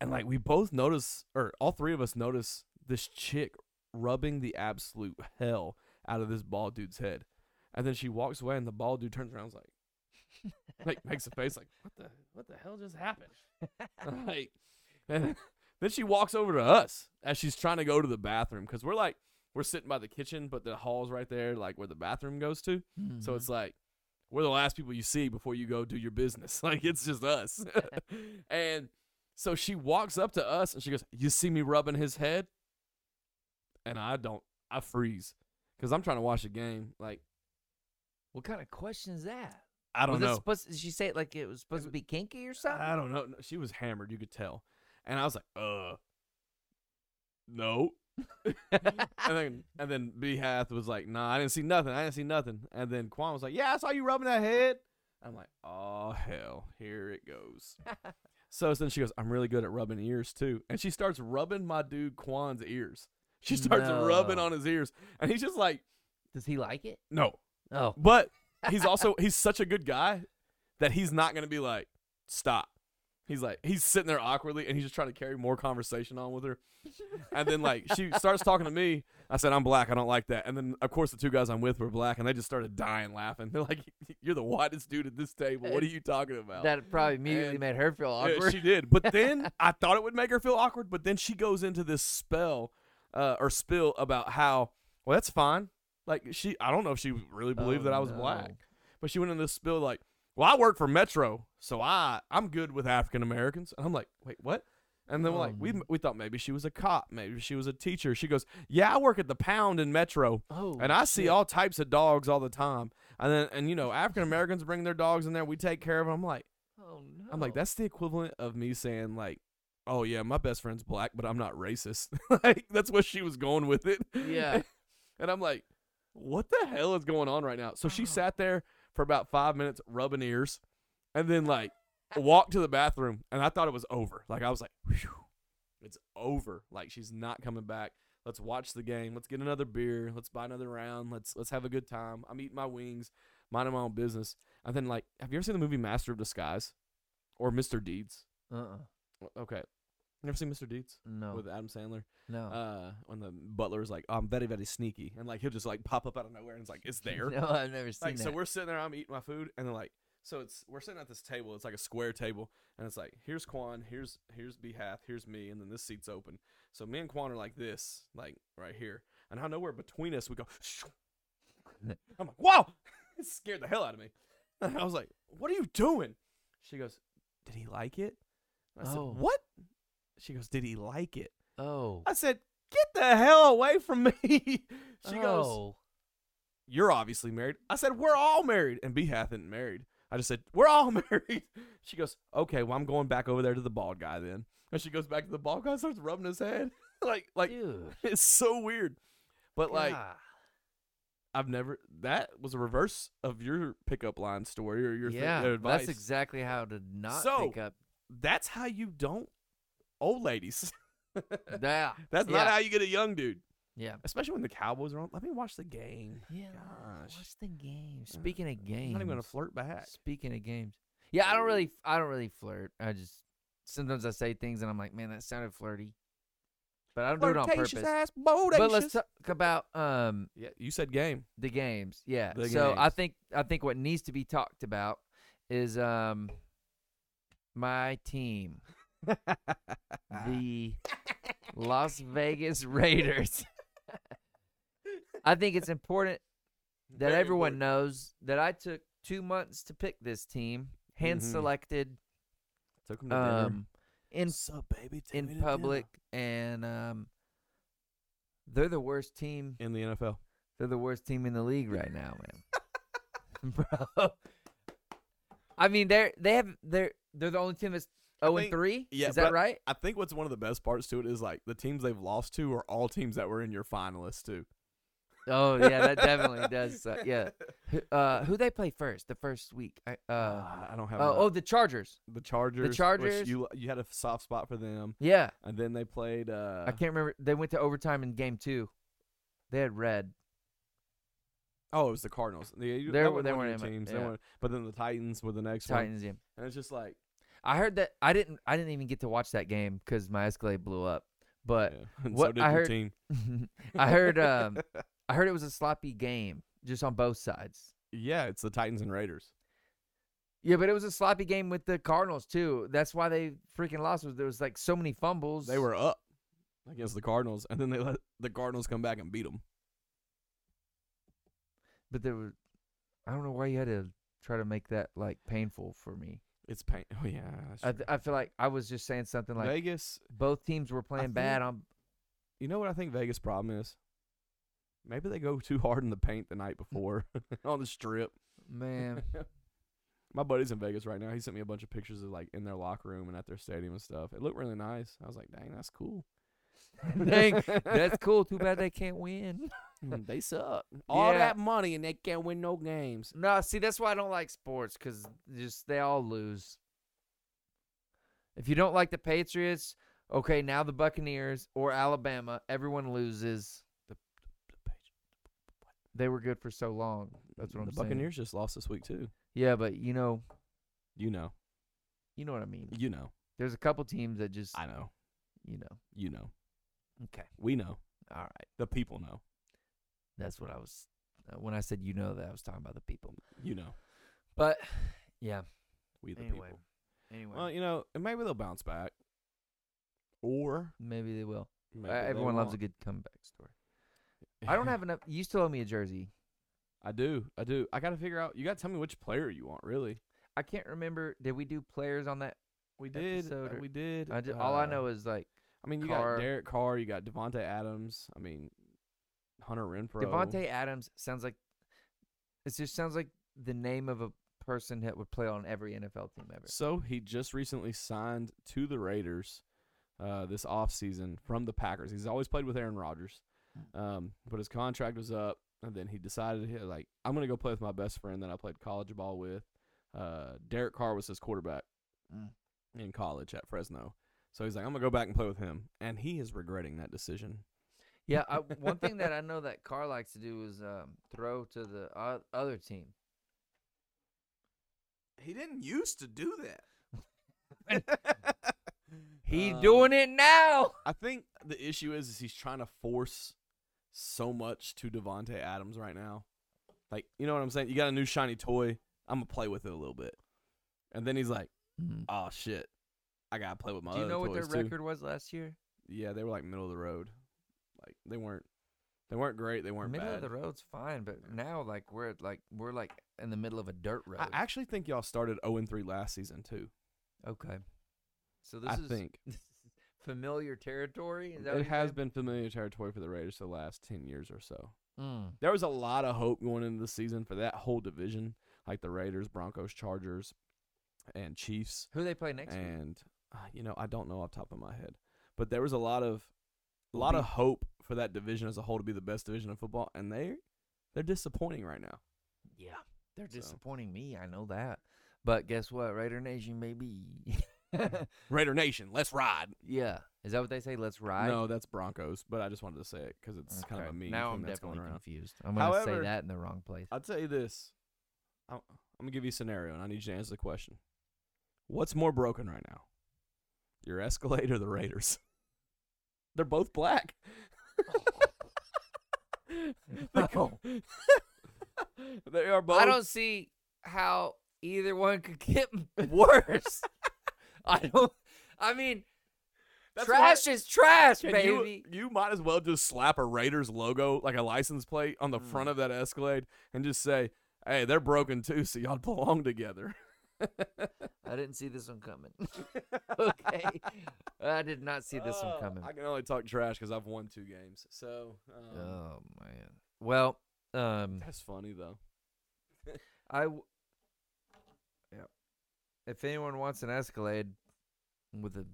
[SPEAKER 2] and like we both notice, or all three of us notice this chick rubbing the absolute hell out of this bald dude's head. And then she walks away, and the bald dude turns around, and is like, like makes a face, like what the what the hell just happened? (laughs)
[SPEAKER 1] (laughs)
[SPEAKER 2] like, and (laughs) then she walks over to us as she's trying to go to the bathroom because we're like we're sitting by the kitchen, but the hall's right there, like where the bathroom goes to.
[SPEAKER 1] Hmm.
[SPEAKER 2] So
[SPEAKER 1] Mm-hmm.
[SPEAKER 2] it's like we're the last people you see before you go do your business. (laughs) Like it's just us. (laughs) and so she walks up to us and she goes, "You see me rubbing his head?" And I don't. I freeze because I'm trying to watch the game. Like
[SPEAKER 1] what kind of question is that?
[SPEAKER 2] I don't
[SPEAKER 1] was It
[SPEAKER 2] know.
[SPEAKER 1] supposed, did she say it like it was supposed to be kinky or something?
[SPEAKER 2] I don't know. No, She was hammered. You could tell. And I was like, "Uh,
[SPEAKER 1] (laughs)
[SPEAKER 2] no." and then and then B Hath was like, "Nah, I didn't see nothing. I didn't see nothing." And then Quan was like, "Yeah, I saw you rubbing that head." I'm like, "Oh hell, here it goes." so then she goes, "I'm really good at rubbing ears too," and she starts rubbing my dude Quan's ears. She starts rubbing
[SPEAKER 1] No.
[SPEAKER 2] on his ears, and he's just like,
[SPEAKER 1] (laughs) Does he like it?
[SPEAKER 2] "No."
[SPEAKER 1] Oh,
[SPEAKER 2] But he's also (laughs) he's such a good guy that he's not gonna be like, "Stop." He's like he's sitting there awkwardly, and he's just trying to carry more conversation on with her. And then like she starts talking to me. I said, I'm black. I don't like that. And then of course the two guys I'm with were black, and they just started dying laughing. They're like, (laughs) "You're the whitest dude at this table. What are you talking about?"
[SPEAKER 1] that probably immediately
[SPEAKER 2] and-
[SPEAKER 1] made her feel
[SPEAKER 2] Yeah,
[SPEAKER 1] awkward.
[SPEAKER 2] she did.
[SPEAKER 1] (laughs)
[SPEAKER 2] But then I thought it would make her feel awkward. But then she goes into this spell uh, or spill about how well that's fine. Like she, I don't know if she really (laughs) believed
[SPEAKER 1] Oh,
[SPEAKER 2] that I was
[SPEAKER 1] no.
[SPEAKER 2] black, but she went into this spill like, "Well, I work for Metro, so I I'm good with African Americans." And I'm like, "Wait, what?" And then we're
[SPEAKER 1] Oh,
[SPEAKER 2] like, we
[SPEAKER 1] no.
[SPEAKER 2] we thought maybe she was a cop, maybe she was a teacher. She goes, "Yeah, I work at the Pound in Metro."
[SPEAKER 1] Oh,
[SPEAKER 2] and I see
[SPEAKER 1] shit.
[SPEAKER 2] all types of dogs all the time. And then, and you know, African Americans bring their dogs in there. We take care of them. I'm like,
[SPEAKER 1] Oh no.
[SPEAKER 2] I'm like, that's the equivalent of me saying like, oh yeah, my best friend's black, but I'm not racist. (laughs) like that's what she was going with it.
[SPEAKER 1] Yeah.
[SPEAKER 2] (laughs) and I'm like, what the hell is going on right now? So she sat there for about five minutes rubbing ears, and then like walked to the bathroom, and I thought it was over. Like I was like, Phew, it's over. Like she's not coming back. Let's watch the game. Let's get another beer. Let's buy another round. Let's let's have a good time. I'm eating my wings, minding my own business. And then like, have you ever seen the movie Master of Disguise? or Mr. Deeds.
[SPEAKER 1] Uh-uh.
[SPEAKER 2] O- Okay, never seen Mr. Deeds
[SPEAKER 1] No.
[SPEAKER 2] with Adam Sandler.
[SPEAKER 1] no. (laughs)
[SPEAKER 2] Uh, when the butler is like, "Oh, "I'm very very sneaky," and like he'll just like pop up out of nowhere and it's like,
[SPEAKER 1] (laughs)
[SPEAKER 2] "It's there."
[SPEAKER 1] No, I've never seen
[SPEAKER 2] like
[SPEAKER 1] that.
[SPEAKER 2] so, we're sitting there, I'm eating my food, and they're like, so it's we're sitting at this table. It's like a square table, and it's like here's Quan, here's here's Behalf, here's me, and then this seat's open. So me and Quan are like this, like right here, and out of nowhere between us we go.
[SPEAKER 1] (laughs)
[SPEAKER 2] I'm like, wow, (laughs) it scared the hell out of me. (laughs) And I was like, what are you doing? She goes, did he like it? I said,
[SPEAKER 1] Oh.
[SPEAKER 2] what? She goes, did he like it? (laughs)
[SPEAKER 1] oh.
[SPEAKER 2] I said, get the hell away from me. (laughs) she goes,
[SPEAKER 1] oh.
[SPEAKER 2] you're obviously married. I said, we're all married. And B Hath isn't married. I just said, we're all (laughs) married. She goes, okay, well, I'm going back over there to the bald guy then. And she goes back to the bald guy, starts rubbing his head. (laughs) like, like
[SPEAKER 1] Dude.
[SPEAKER 2] it's so weird. But like,
[SPEAKER 1] God.
[SPEAKER 2] I've never, that was a reverse of your pickup line story or your, thi-
[SPEAKER 1] yeah,
[SPEAKER 2] your advice.
[SPEAKER 1] that's exactly how to not
[SPEAKER 2] So-
[SPEAKER 1] pick
[SPEAKER 2] (laughs)
[SPEAKER 1] up.
[SPEAKER 2] That's how you don't, old ladies. (laughs)
[SPEAKER 1] Yeah,
[SPEAKER 2] That's
[SPEAKER 1] yeah.
[SPEAKER 2] not how you get a young dude.
[SPEAKER 1] Yeah,
[SPEAKER 2] Especially when the Cowboys are on. Let me watch the game.
[SPEAKER 1] yeah.
[SPEAKER 2] Gosh. Uh,
[SPEAKER 1] What's the game? Speaking of games,
[SPEAKER 2] I'm not even going to flirt back.
[SPEAKER 1] Speaking of games, yeah, I don't really, I don't really flirt. I just sometimes I say things and I'm like, man, that sounded flirty, but I don't do it on
[SPEAKER 2] Flirtatious
[SPEAKER 1] purpose.
[SPEAKER 2] ass,
[SPEAKER 1] But let's
[SPEAKER 2] bodacious.
[SPEAKER 1] talk about um
[SPEAKER 2] Yeah, you said game.
[SPEAKER 1] the games. Yeah.
[SPEAKER 2] The
[SPEAKER 1] so I
[SPEAKER 2] games.
[SPEAKER 1] think I think what needs to be talked about is um my team. the Las Vegas
[SPEAKER 2] (laughs)
[SPEAKER 1] Raiders. I think it's important that
[SPEAKER 2] Very
[SPEAKER 1] everyone
[SPEAKER 2] important.
[SPEAKER 1] knows that I took 2 months to pick this team, hand
[SPEAKER 2] Mhm.
[SPEAKER 1] selected
[SPEAKER 2] Took him
[SPEAKER 1] um in
[SPEAKER 2] Sup, baby? Take me to
[SPEAKER 1] in
[SPEAKER 2] dinner.
[SPEAKER 1] public and um they're the worst team
[SPEAKER 2] in the NFL.
[SPEAKER 1] They're the worst team in the league right now,
[SPEAKER 2] (laughs)
[SPEAKER 1] man. (laughs) Bro. I mean, they're they have they're they're the only team that's
[SPEAKER 2] I
[SPEAKER 1] 0 and
[SPEAKER 2] think-
[SPEAKER 1] 3.
[SPEAKER 2] yeah,
[SPEAKER 1] Is that
[SPEAKER 2] but- (laughs)
[SPEAKER 1] right?
[SPEAKER 2] I think what's one of the best parts to it is like the teams they've lost to are all teams that were in your finalists too.
[SPEAKER 1] (laughs) Oh yeah, that definitely does. Suck.
[SPEAKER 2] (laughs)
[SPEAKER 1] Yeah. Who- Uh, who they play first? The first week. I, uh,
[SPEAKER 2] Ah, I don't have.
[SPEAKER 1] oh,
[SPEAKER 2] a-
[SPEAKER 1] oh, the Chargers.
[SPEAKER 2] the Chargers. which
[SPEAKER 1] Chargers-
[SPEAKER 2] you you had a soft spot for them,
[SPEAKER 1] Yeah,
[SPEAKER 2] and then they played. Uh,
[SPEAKER 1] I can't remember. They went to overtime in game two. They had red.
[SPEAKER 2] Oh, it was the Cardinals. They, you-
[SPEAKER 1] They
[SPEAKER 2] that
[SPEAKER 1] were-
[SPEAKER 2] wasn't
[SPEAKER 1] they
[SPEAKER 2] one
[SPEAKER 1] weren't
[SPEAKER 2] of your
[SPEAKER 1] in it,
[SPEAKER 2] teams. They
[SPEAKER 1] yeah.
[SPEAKER 2] weren't- but then the Titans were the next one,
[SPEAKER 1] Titans. Yeah.
[SPEAKER 2] and it's just like
[SPEAKER 1] I heard that. I didn't. I didn't even get to watch that game because my Escalade blew up. But
[SPEAKER 2] yeah. (laughs) And
[SPEAKER 1] what
[SPEAKER 2] so did
[SPEAKER 1] I
[SPEAKER 2] your
[SPEAKER 1] heard-
[SPEAKER 2] team.
[SPEAKER 1] I
[SPEAKER 2] (laughs)
[SPEAKER 1] heard. Um, (laughs) I heard it was a sloppy game, just on both sides.
[SPEAKER 2] Yeah, it's the Titans and Raiders.
[SPEAKER 1] Yeah, but it was a sloppy game with the Cardinals too. That's why they freaking lost. Was there was like so many fumbles.
[SPEAKER 2] They were up against the Cardinals, and then they let the Cardinals come back and beat them.
[SPEAKER 1] but there were. I don't know why you had to try to make that like painful for me.
[SPEAKER 2] It's pain. Oh yeah, that's
[SPEAKER 1] I,
[SPEAKER 2] true.
[SPEAKER 1] th- I feel like I was just saying something like
[SPEAKER 2] Vegas.
[SPEAKER 1] both teams were playing
[SPEAKER 2] think-
[SPEAKER 1] bad on.
[SPEAKER 2] You know what I think Vegas' problem is? Maybe they go (laughs) too hard in the paint the night before (laughs) on the strip.
[SPEAKER 1] Man,
[SPEAKER 2] (laughs) My buddy's in Vegas right now. He sent me a bunch of pictures of like in their locker room and at their stadium and stuff. It looked really nice. I was like, dang, that's cool.
[SPEAKER 1] (laughs) dang, that's cool. Too bad they can't win.
[SPEAKER 2] (laughs) they suck.
[SPEAKER 1] All that
[SPEAKER 2] money and they can't win no games.
[SPEAKER 1] No, see, that's why I don't like sports because just they all lose. If you don't like the Patriots, okay, now the Buccaneers or Alabama, everyone loses. They were good for so long. That's what I'm
[SPEAKER 2] the
[SPEAKER 1] saying.
[SPEAKER 2] Buccaneers just lost this week too.
[SPEAKER 1] Yeah, but you know,
[SPEAKER 2] You know.
[SPEAKER 1] you know what I mean.
[SPEAKER 2] You know.
[SPEAKER 1] There's a couple teams that just,
[SPEAKER 2] I know.
[SPEAKER 1] you know.
[SPEAKER 2] You know.
[SPEAKER 1] Okay,
[SPEAKER 2] We know.
[SPEAKER 1] all right.
[SPEAKER 2] The people know.
[SPEAKER 1] That's what I was uh, when I said you know that I was talking about the people.
[SPEAKER 2] You know.
[SPEAKER 1] But yeah.
[SPEAKER 2] We the
[SPEAKER 1] Anyway,
[SPEAKER 2] people.
[SPEAKER 1] anyway,
[SPEAKER 2] Well, you know, and maybe they'll bounce back. Or
[SPEAKER 1] maybe they will.
[SPEAKER 2] maybe
[SPEAKER 1] Uh,
[SPEAKER 2] they
[SPEAKER 1] everyone loves a
[SPEAKER 2] won't.
[SPEAKER 1] good comeback story. I don't have enough. You still owe me a jersey.
[SPEAKER 2] (laughs) I do. I do. I got to figure out. You got to tell me which player you want, really.
[SPEAKER 1] I can't remember. Did we do players on that?
[SPEAKER 2] We
[SPEAKER 1] did,
[SPEAKER 2] did.
[SPEAKER 1] uh,
[SPEAKER 2] we did.
[SPEAKER 1] I ju- all I
[SPEAKER 2] uh,
[SPEAKER 1] know is like
[SPEAKER 2] I mean, you
[SPEAKER 1] Carr.
[SPEAKER 2] got Derek Carr. You got Devonte Adams. I mean, Hunter Renfro.
[SPEAKER 1] Devonte Adams sounds like. It just sounds like the name of a person that would play on every NFL team ever.
[SPEAKER 2] So he just recently signed to the Raiders uh, this offseason from the Packers. He's always played with Aaron Rodgers, um, but his contract was up, and then he decided, he, like, I'm going to go play with my best friend that I played college ball with. Uh, Derek Carr was his quarterback Hmm.
[SPEAKER 1] Mm.
[SPEAKER 2] in college at Fresno. So he's like, I'm going to go back and play with him. And he is regretting that decision.
[SPEAKER 1] Yeah,
[SPEAKER 2] (laughs)
[SPEAKER 1] I, one thing that I know that Carr likes to do is um, throw to the o- other team.
[SPEAKER 2] He didn't used to do
[SPEAKER 1] (laughs)
[SPEAKER 2] that. (laughs)
[SPEAKER 1] He's
[SPEAKER 2] Um,
[SPEAKER 1] doing it now.
[SPEAKER 2] I think the issue is, is he's trying to force so much to Devonte Adams right now. Like, you know what I'm saying? You got a new shiny toy. I'm gonna play with it a little bit, and then he's like, "Oh shit, I gotta play with my."
[SPEAKER 1] Do you
[SPEAKER 2] other
[SPEAKER 1] know what their
[SPEAKER 2] toys, too."
[SPEAKER 1] record was last year?
[SPEAKER 2] Yeah, they were like middle of the road. Like they weren't, they weren't great. They weren't
[SPEAKER 1] middle
[SPEAKER 2] bad.
[SPEAKER 1] of the road's fine, but now like we're at, like we're like in the middle of a dirt road.
[SPEAKER 2] I actually think y'all started 0 and 3 last season too.
[SPEAKER 1] okay, so this
[SPEAKER 2] I
[SPEAKER 1] is
[SPEAKER 2] think
[SPEAKER 1] this is familiar territory. Is that what
[SPEAKER 2] it
[SPEAKER 1] you're
[SPEAKER 2] has
[SPEAKER 1] saying?
[SPEAKER 2] been familiar territory for the Raiders the last ten years or so.
[SPEAKER 1] Mm.
[SPEAKER 2] there was a lot of hope going into the season for that whole division, like the Raiders, Broncos, Chargers, and Chiefs.
[SPEAKER 1] Who they play next week?
[SPEAKER 2] and uh, you know, I don't know off the top of my head, but there was a lot of a
[SPEAKER 1] Will
[SPEAKER 2] lot
[SPEAKER 1] be-
[SPEAKER 2] of hope for that division as a whole to be the best division of football, and they they're disappointing right now.
[SPEAKER 1] Yeah, they're
[SPEAKER 2] So.
[SPEAKER 1] disappointing me. I know that, but guess what? Raider Nation, maybe. (laughs)
[SPEAKER 2] Raider Nation, let's ride.
[SPEAKER 1] yeah, is that what they say? Let's ride.
[SPEAKER 2] No, that's Broncos, but I just wanted to say it because it's kind of a
[SPEAKER 1] Okay,
[SPEAKER 2] meme
[SPEAKER 1] Now
[SPEAKER 2] thing
[SPEAKER 1] I'm
[SPEAKER 2] that's going
[SPEAKER 1] definitely
[SPEAKER 2] around.
[SPEAKER 1] confused. I'm gonna
[SPEAKER 2] However-
[SPEAKER 1] say that in the wrong
[SPEAKER 2] (laughs)
[SPEAKER 1] place.
[SPEAKER 2] I'll tell you this. I'm, I'm gonna give you a scenario, and I need you to answer the question. What's more broken right now, your Escalade or the Raiders? (laughs) They're both black. (laughs)
[SPEAKER 1] (laughs)
[SPEAKER 2] They co- they are both.
[SPEAKER 1] Oh. I don't see how either one could get worse. (laughs) I don't. I mean,
[SPEAKER 2] That's why-
[SPEAKER 1] trash is trash,
[SPEAKER 2] Can you-
[SPEAKER 1] baby.
[SPEAKER 2] You, might as well just slap a Raiders logo, like a license plate, on the
[SPEAKER 1] Mm.
[SPEAKER 2] front of that Escalade, and just say, "Hey, they're broken too, so y'all (laughs) belong together."
[SPEAKER 1] I didn't see this one coming. (laughs) okay, I did not (laughs) see this
[SPEAKER 2] Oh,
[SPEAKER 1] one coming.
[SPEAKER 2] I can only talk trash because I've won two games. So um,
[SPEAKER 1] Oh man. Well, um,
[SPEAKER 2] that's funny though.
[SPEAKER 1] I. W- yeah. If anyone wants an Escalade with a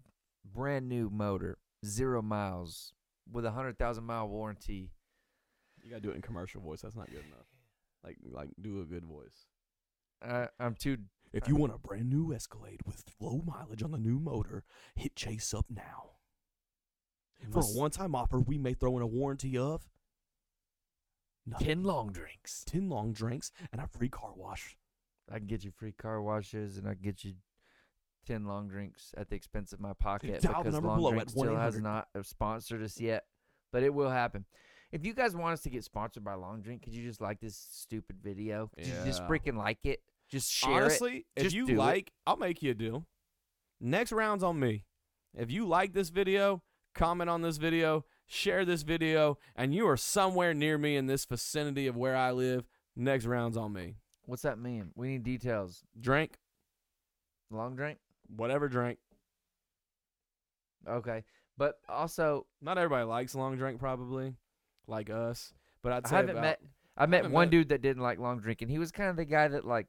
[SPEAKER 1] brand new motor, zero miles, with a hundred thousand mile warranty,
[SPEAKER 2] You gotta do it in commercial voice. That's not good enough. Like, like do a good voice.
[SPEAKER 1] I, I'm too.
[SPEAKER 2] If you want a brand new Escalade with low mileage on the new motor, hit Chase up now. For a
[SPEAKER 1] Listen.
[SPEAKER 2] one-time offer, we may throw in a warranty of nothing.
[SPEAKER 1] Ten long drinks.
[SPEAKER 2] ten long drinks and a free car wash.
[SPEAKER 1] I can get you free car washes, and I can get you ten long drinks at the expense of my pocket
[SPEAKER 2] dial the
[SPEAKER 1] because
[SPEAKER 2] number
[SPEAKER 1] long
[SPEAKER 2] below at
[SPEAKER 1] drinks still has
[SPEAKER 2] 1-800.
[SPEAKER 1] not uh, sponsored us yet, but it will happen. If you guys want us to get sponsored by Long Drink, could you just like this stupid video? Could you just
[SPEAKER 2] Yeah.
[SPEAKER 1] freaking like it? Just share it.
[SPEAKER 2] Honestly, if
[SPEAKER 1] Just
[SPEAKER 2] you
[SPEAKER 1] do it.
[SPEAKER 2] like, I'll make you a deal. Next round's on me. If you like this video, comment on this video, share this video, and you are somewhere near me in this vicinity of where I live, next round's on me.
[SPEAKER 1] What's that mean? We need details.
[SPEAKER 2] Drink,
[SPEAKER 1] Long drink?
[SPEAKER 2] whatever drink.
[SPEAKER 1] Okay. But also,
[SPEAKER 2] Not everybody likes long drink, probably, like us. But I'd
[SPEAKER 1] I
[SPEAKER 2] say
[SPEAKER 1] haven't
[SPEAKER 2] about,
[SPEAKER 1] met I met
[SPEAKER 2] haven't
[SPEAKER 1] one
[SPEAKER 2] met-
[SPEAKER 1] dude that didn't like long drink, and he was kind of the guy that like,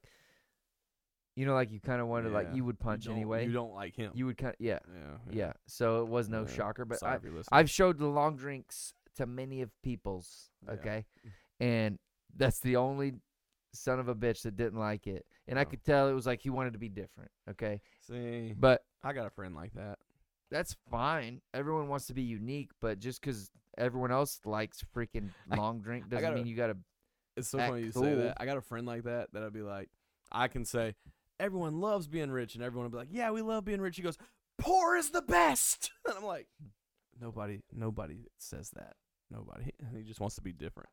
[SPEAKER 1] you know, like you kind of wanted like
[SPEAKER 2] Yeah.
[SPEAKER 1] you would
[SPEAKER 2] you
[SPEAKER 1] punch
[SPEAKER 2] don't-
[SPEAKER 1] anyway.
[SPEAKER 2] You don't like him.
[SPEAKER 1] You would kind of yeah,
[SPEAKER 2] yeah,
[SPEAKER 1] yeah, So it was no
[SPEAKER 2] Yeah.
[SPEAKER 1] shocker, but
[SPEAKER 2] Sorry
[SPEAKER 1] I
[SPEAKER 2] if you're listening.
[SPEAKER 1] I've showed the long drinks to many of people's
[SPEAKER 2] Yeah. Mm.
[SPEAKER 1] okay, and that's the only son of a bitch that didn't like it, and I
[SPEAKER 2] No.
[SPEAKER 1] could tell it was like he wanted to be different,
[SPEAKER 2] (laughs)
[SPEAKER 1] okay,
[SPEAKER 2] See,
[SPEAKER 1] but
[SPEAKER 2] I got a friend like that.
[SPEAKER 1] that's fine. Everyone wants to be unique, but just because everyone else likes freaking
[SPEAKER 2] I-
[SPEAKER 1] long drink doesn't
[SPEAKER 2] gotta-
[SPEAKER 1] mean you gotta
[SPEAKER 2] It's so
[SPEAKER 1] act
[SPEAKER 2] funny you say
[SPEAKER 1] cool.
[SPEAKER 2] that. I got a friend like that that I'd be like, I can say, everyone loves being rich, and everyone would be like, yeah, we love being rich. He goes, poor is the best, (laughs) and I'm like, nobody, nobody says that. Nobody. (laughs) And he just wants to be different.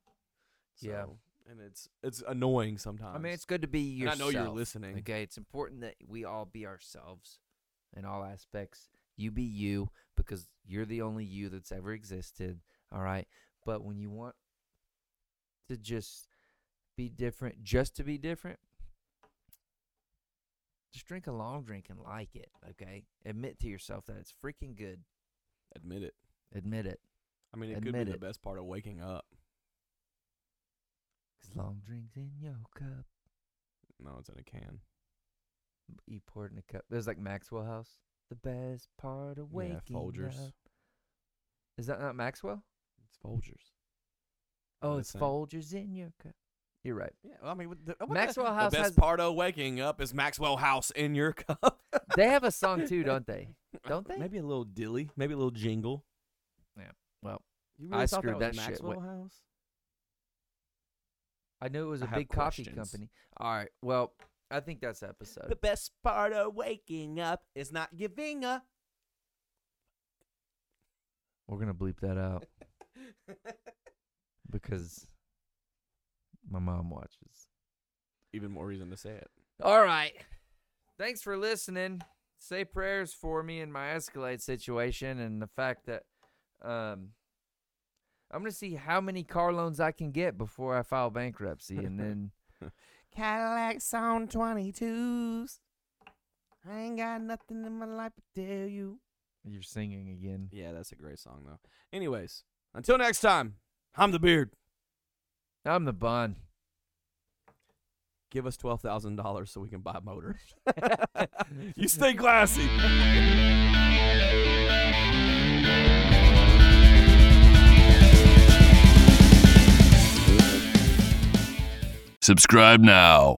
[SPEAKER 1] Yeah.
[SPEAKER 2] So, And it's it's annoying sometimes.
[SPEAKER 1] I mean, it's good to be
[SPEAKER 2] And I
[SPEAKER 1] yourself.
[SPEAKER 2] know you're listening.
[SPEAKER 1] Okay, it's important that we all be ourselves in all aspects. You be you because you're the only you that's ever existed. All right. But when you want to just be different, just to be different, just drink a long drink and like it. Okay. Admit to yourself that it's freaking good.
[SPEAKER 2] admit it.
[SPEAKER 1] Admit it.
[SPEAKER 2] I mean, it could
[SPEAKER 1] Admit
[SPEAKER 2] be the
[SPEAKER 1] it.
[SPEAKER 2] best part of waking up.
[SPEAKER 1] 'Cause long drinks in your cup.
[SPEAKER 2] No, it's in a can.
[SPEAKER 1] You pour it in a cup. There's like Maxwell House. The best part of waking
[SPEAKER 2] yeah, Folgers.
[SPEAKER 1] up. Is that not Maxwell?
[SPEAKER 2] It's Folgers.
[SPEAKER 1] Oh,
[SPEAKER 2] the
[SPEAKER 1] it's
[SPEAKER 2] same.
[SPEAKER 1] Folgers in your cup. You're right.
[SPEAKER 2] Yeah, I mean, what the, what the-
[SPEAKER 1] Maxwell House
[SPEAKER 2] The best
[SPEAKER 1] has-
[SPEAKER 2] part of waking up is Maxwell House in your cup.
[SPEAKER 1] They have a song too, don't
[SPEAKER 2] (laughs)
[SPEAKER 1] they? Don't they?
[SPEAKER 2] Maybe a little dilly, maybe a little jingle.
[SPEAKER 1] Yeah, well,
[SPEAKER 2] you
[SPEAKER 1] I screwed that shit. What-
[SPEAKER 2] House.
[SPEAKER 1] I knew it was a
[SPEAKER 2] I have
[SPEAKER 1] big coffee
[SPEAKER 2] questions.
[SPEAKER 1] company. All right. Well, I think that's the episode.
[SPEAKER 2] best part of waking up is not giving up. (laughs)
[SPEAKER 1] We're gonna bleep that
[SPEAKER 2] (laughs)
[SPEAKER 1] out because my mom watches.
[SPEAKER 2] Even more reason to say it.
[SPEAKER 1] All right. Thanks for listening. Say prayers for me in my Escalade situation and the fact that um I'm gonna see how many car loans I can get before I file bankruptcy (laughs) and then
[SPEAKER 3] Cadillacs on 22s. I ain't got nothing in my life to tell you.
[SPEAKER 1] you're singing again.
[SPEAKER 2] Yeah, that's a great song though. Anyways, until next time, I'm the beard.
[SPEAKER 1] I'm the bun.
[SPEAKER 2] Give us twelve thousand dollars so we can buy motors. (laughs) you stay classy.
[SPEAKER 4] Subscribe now.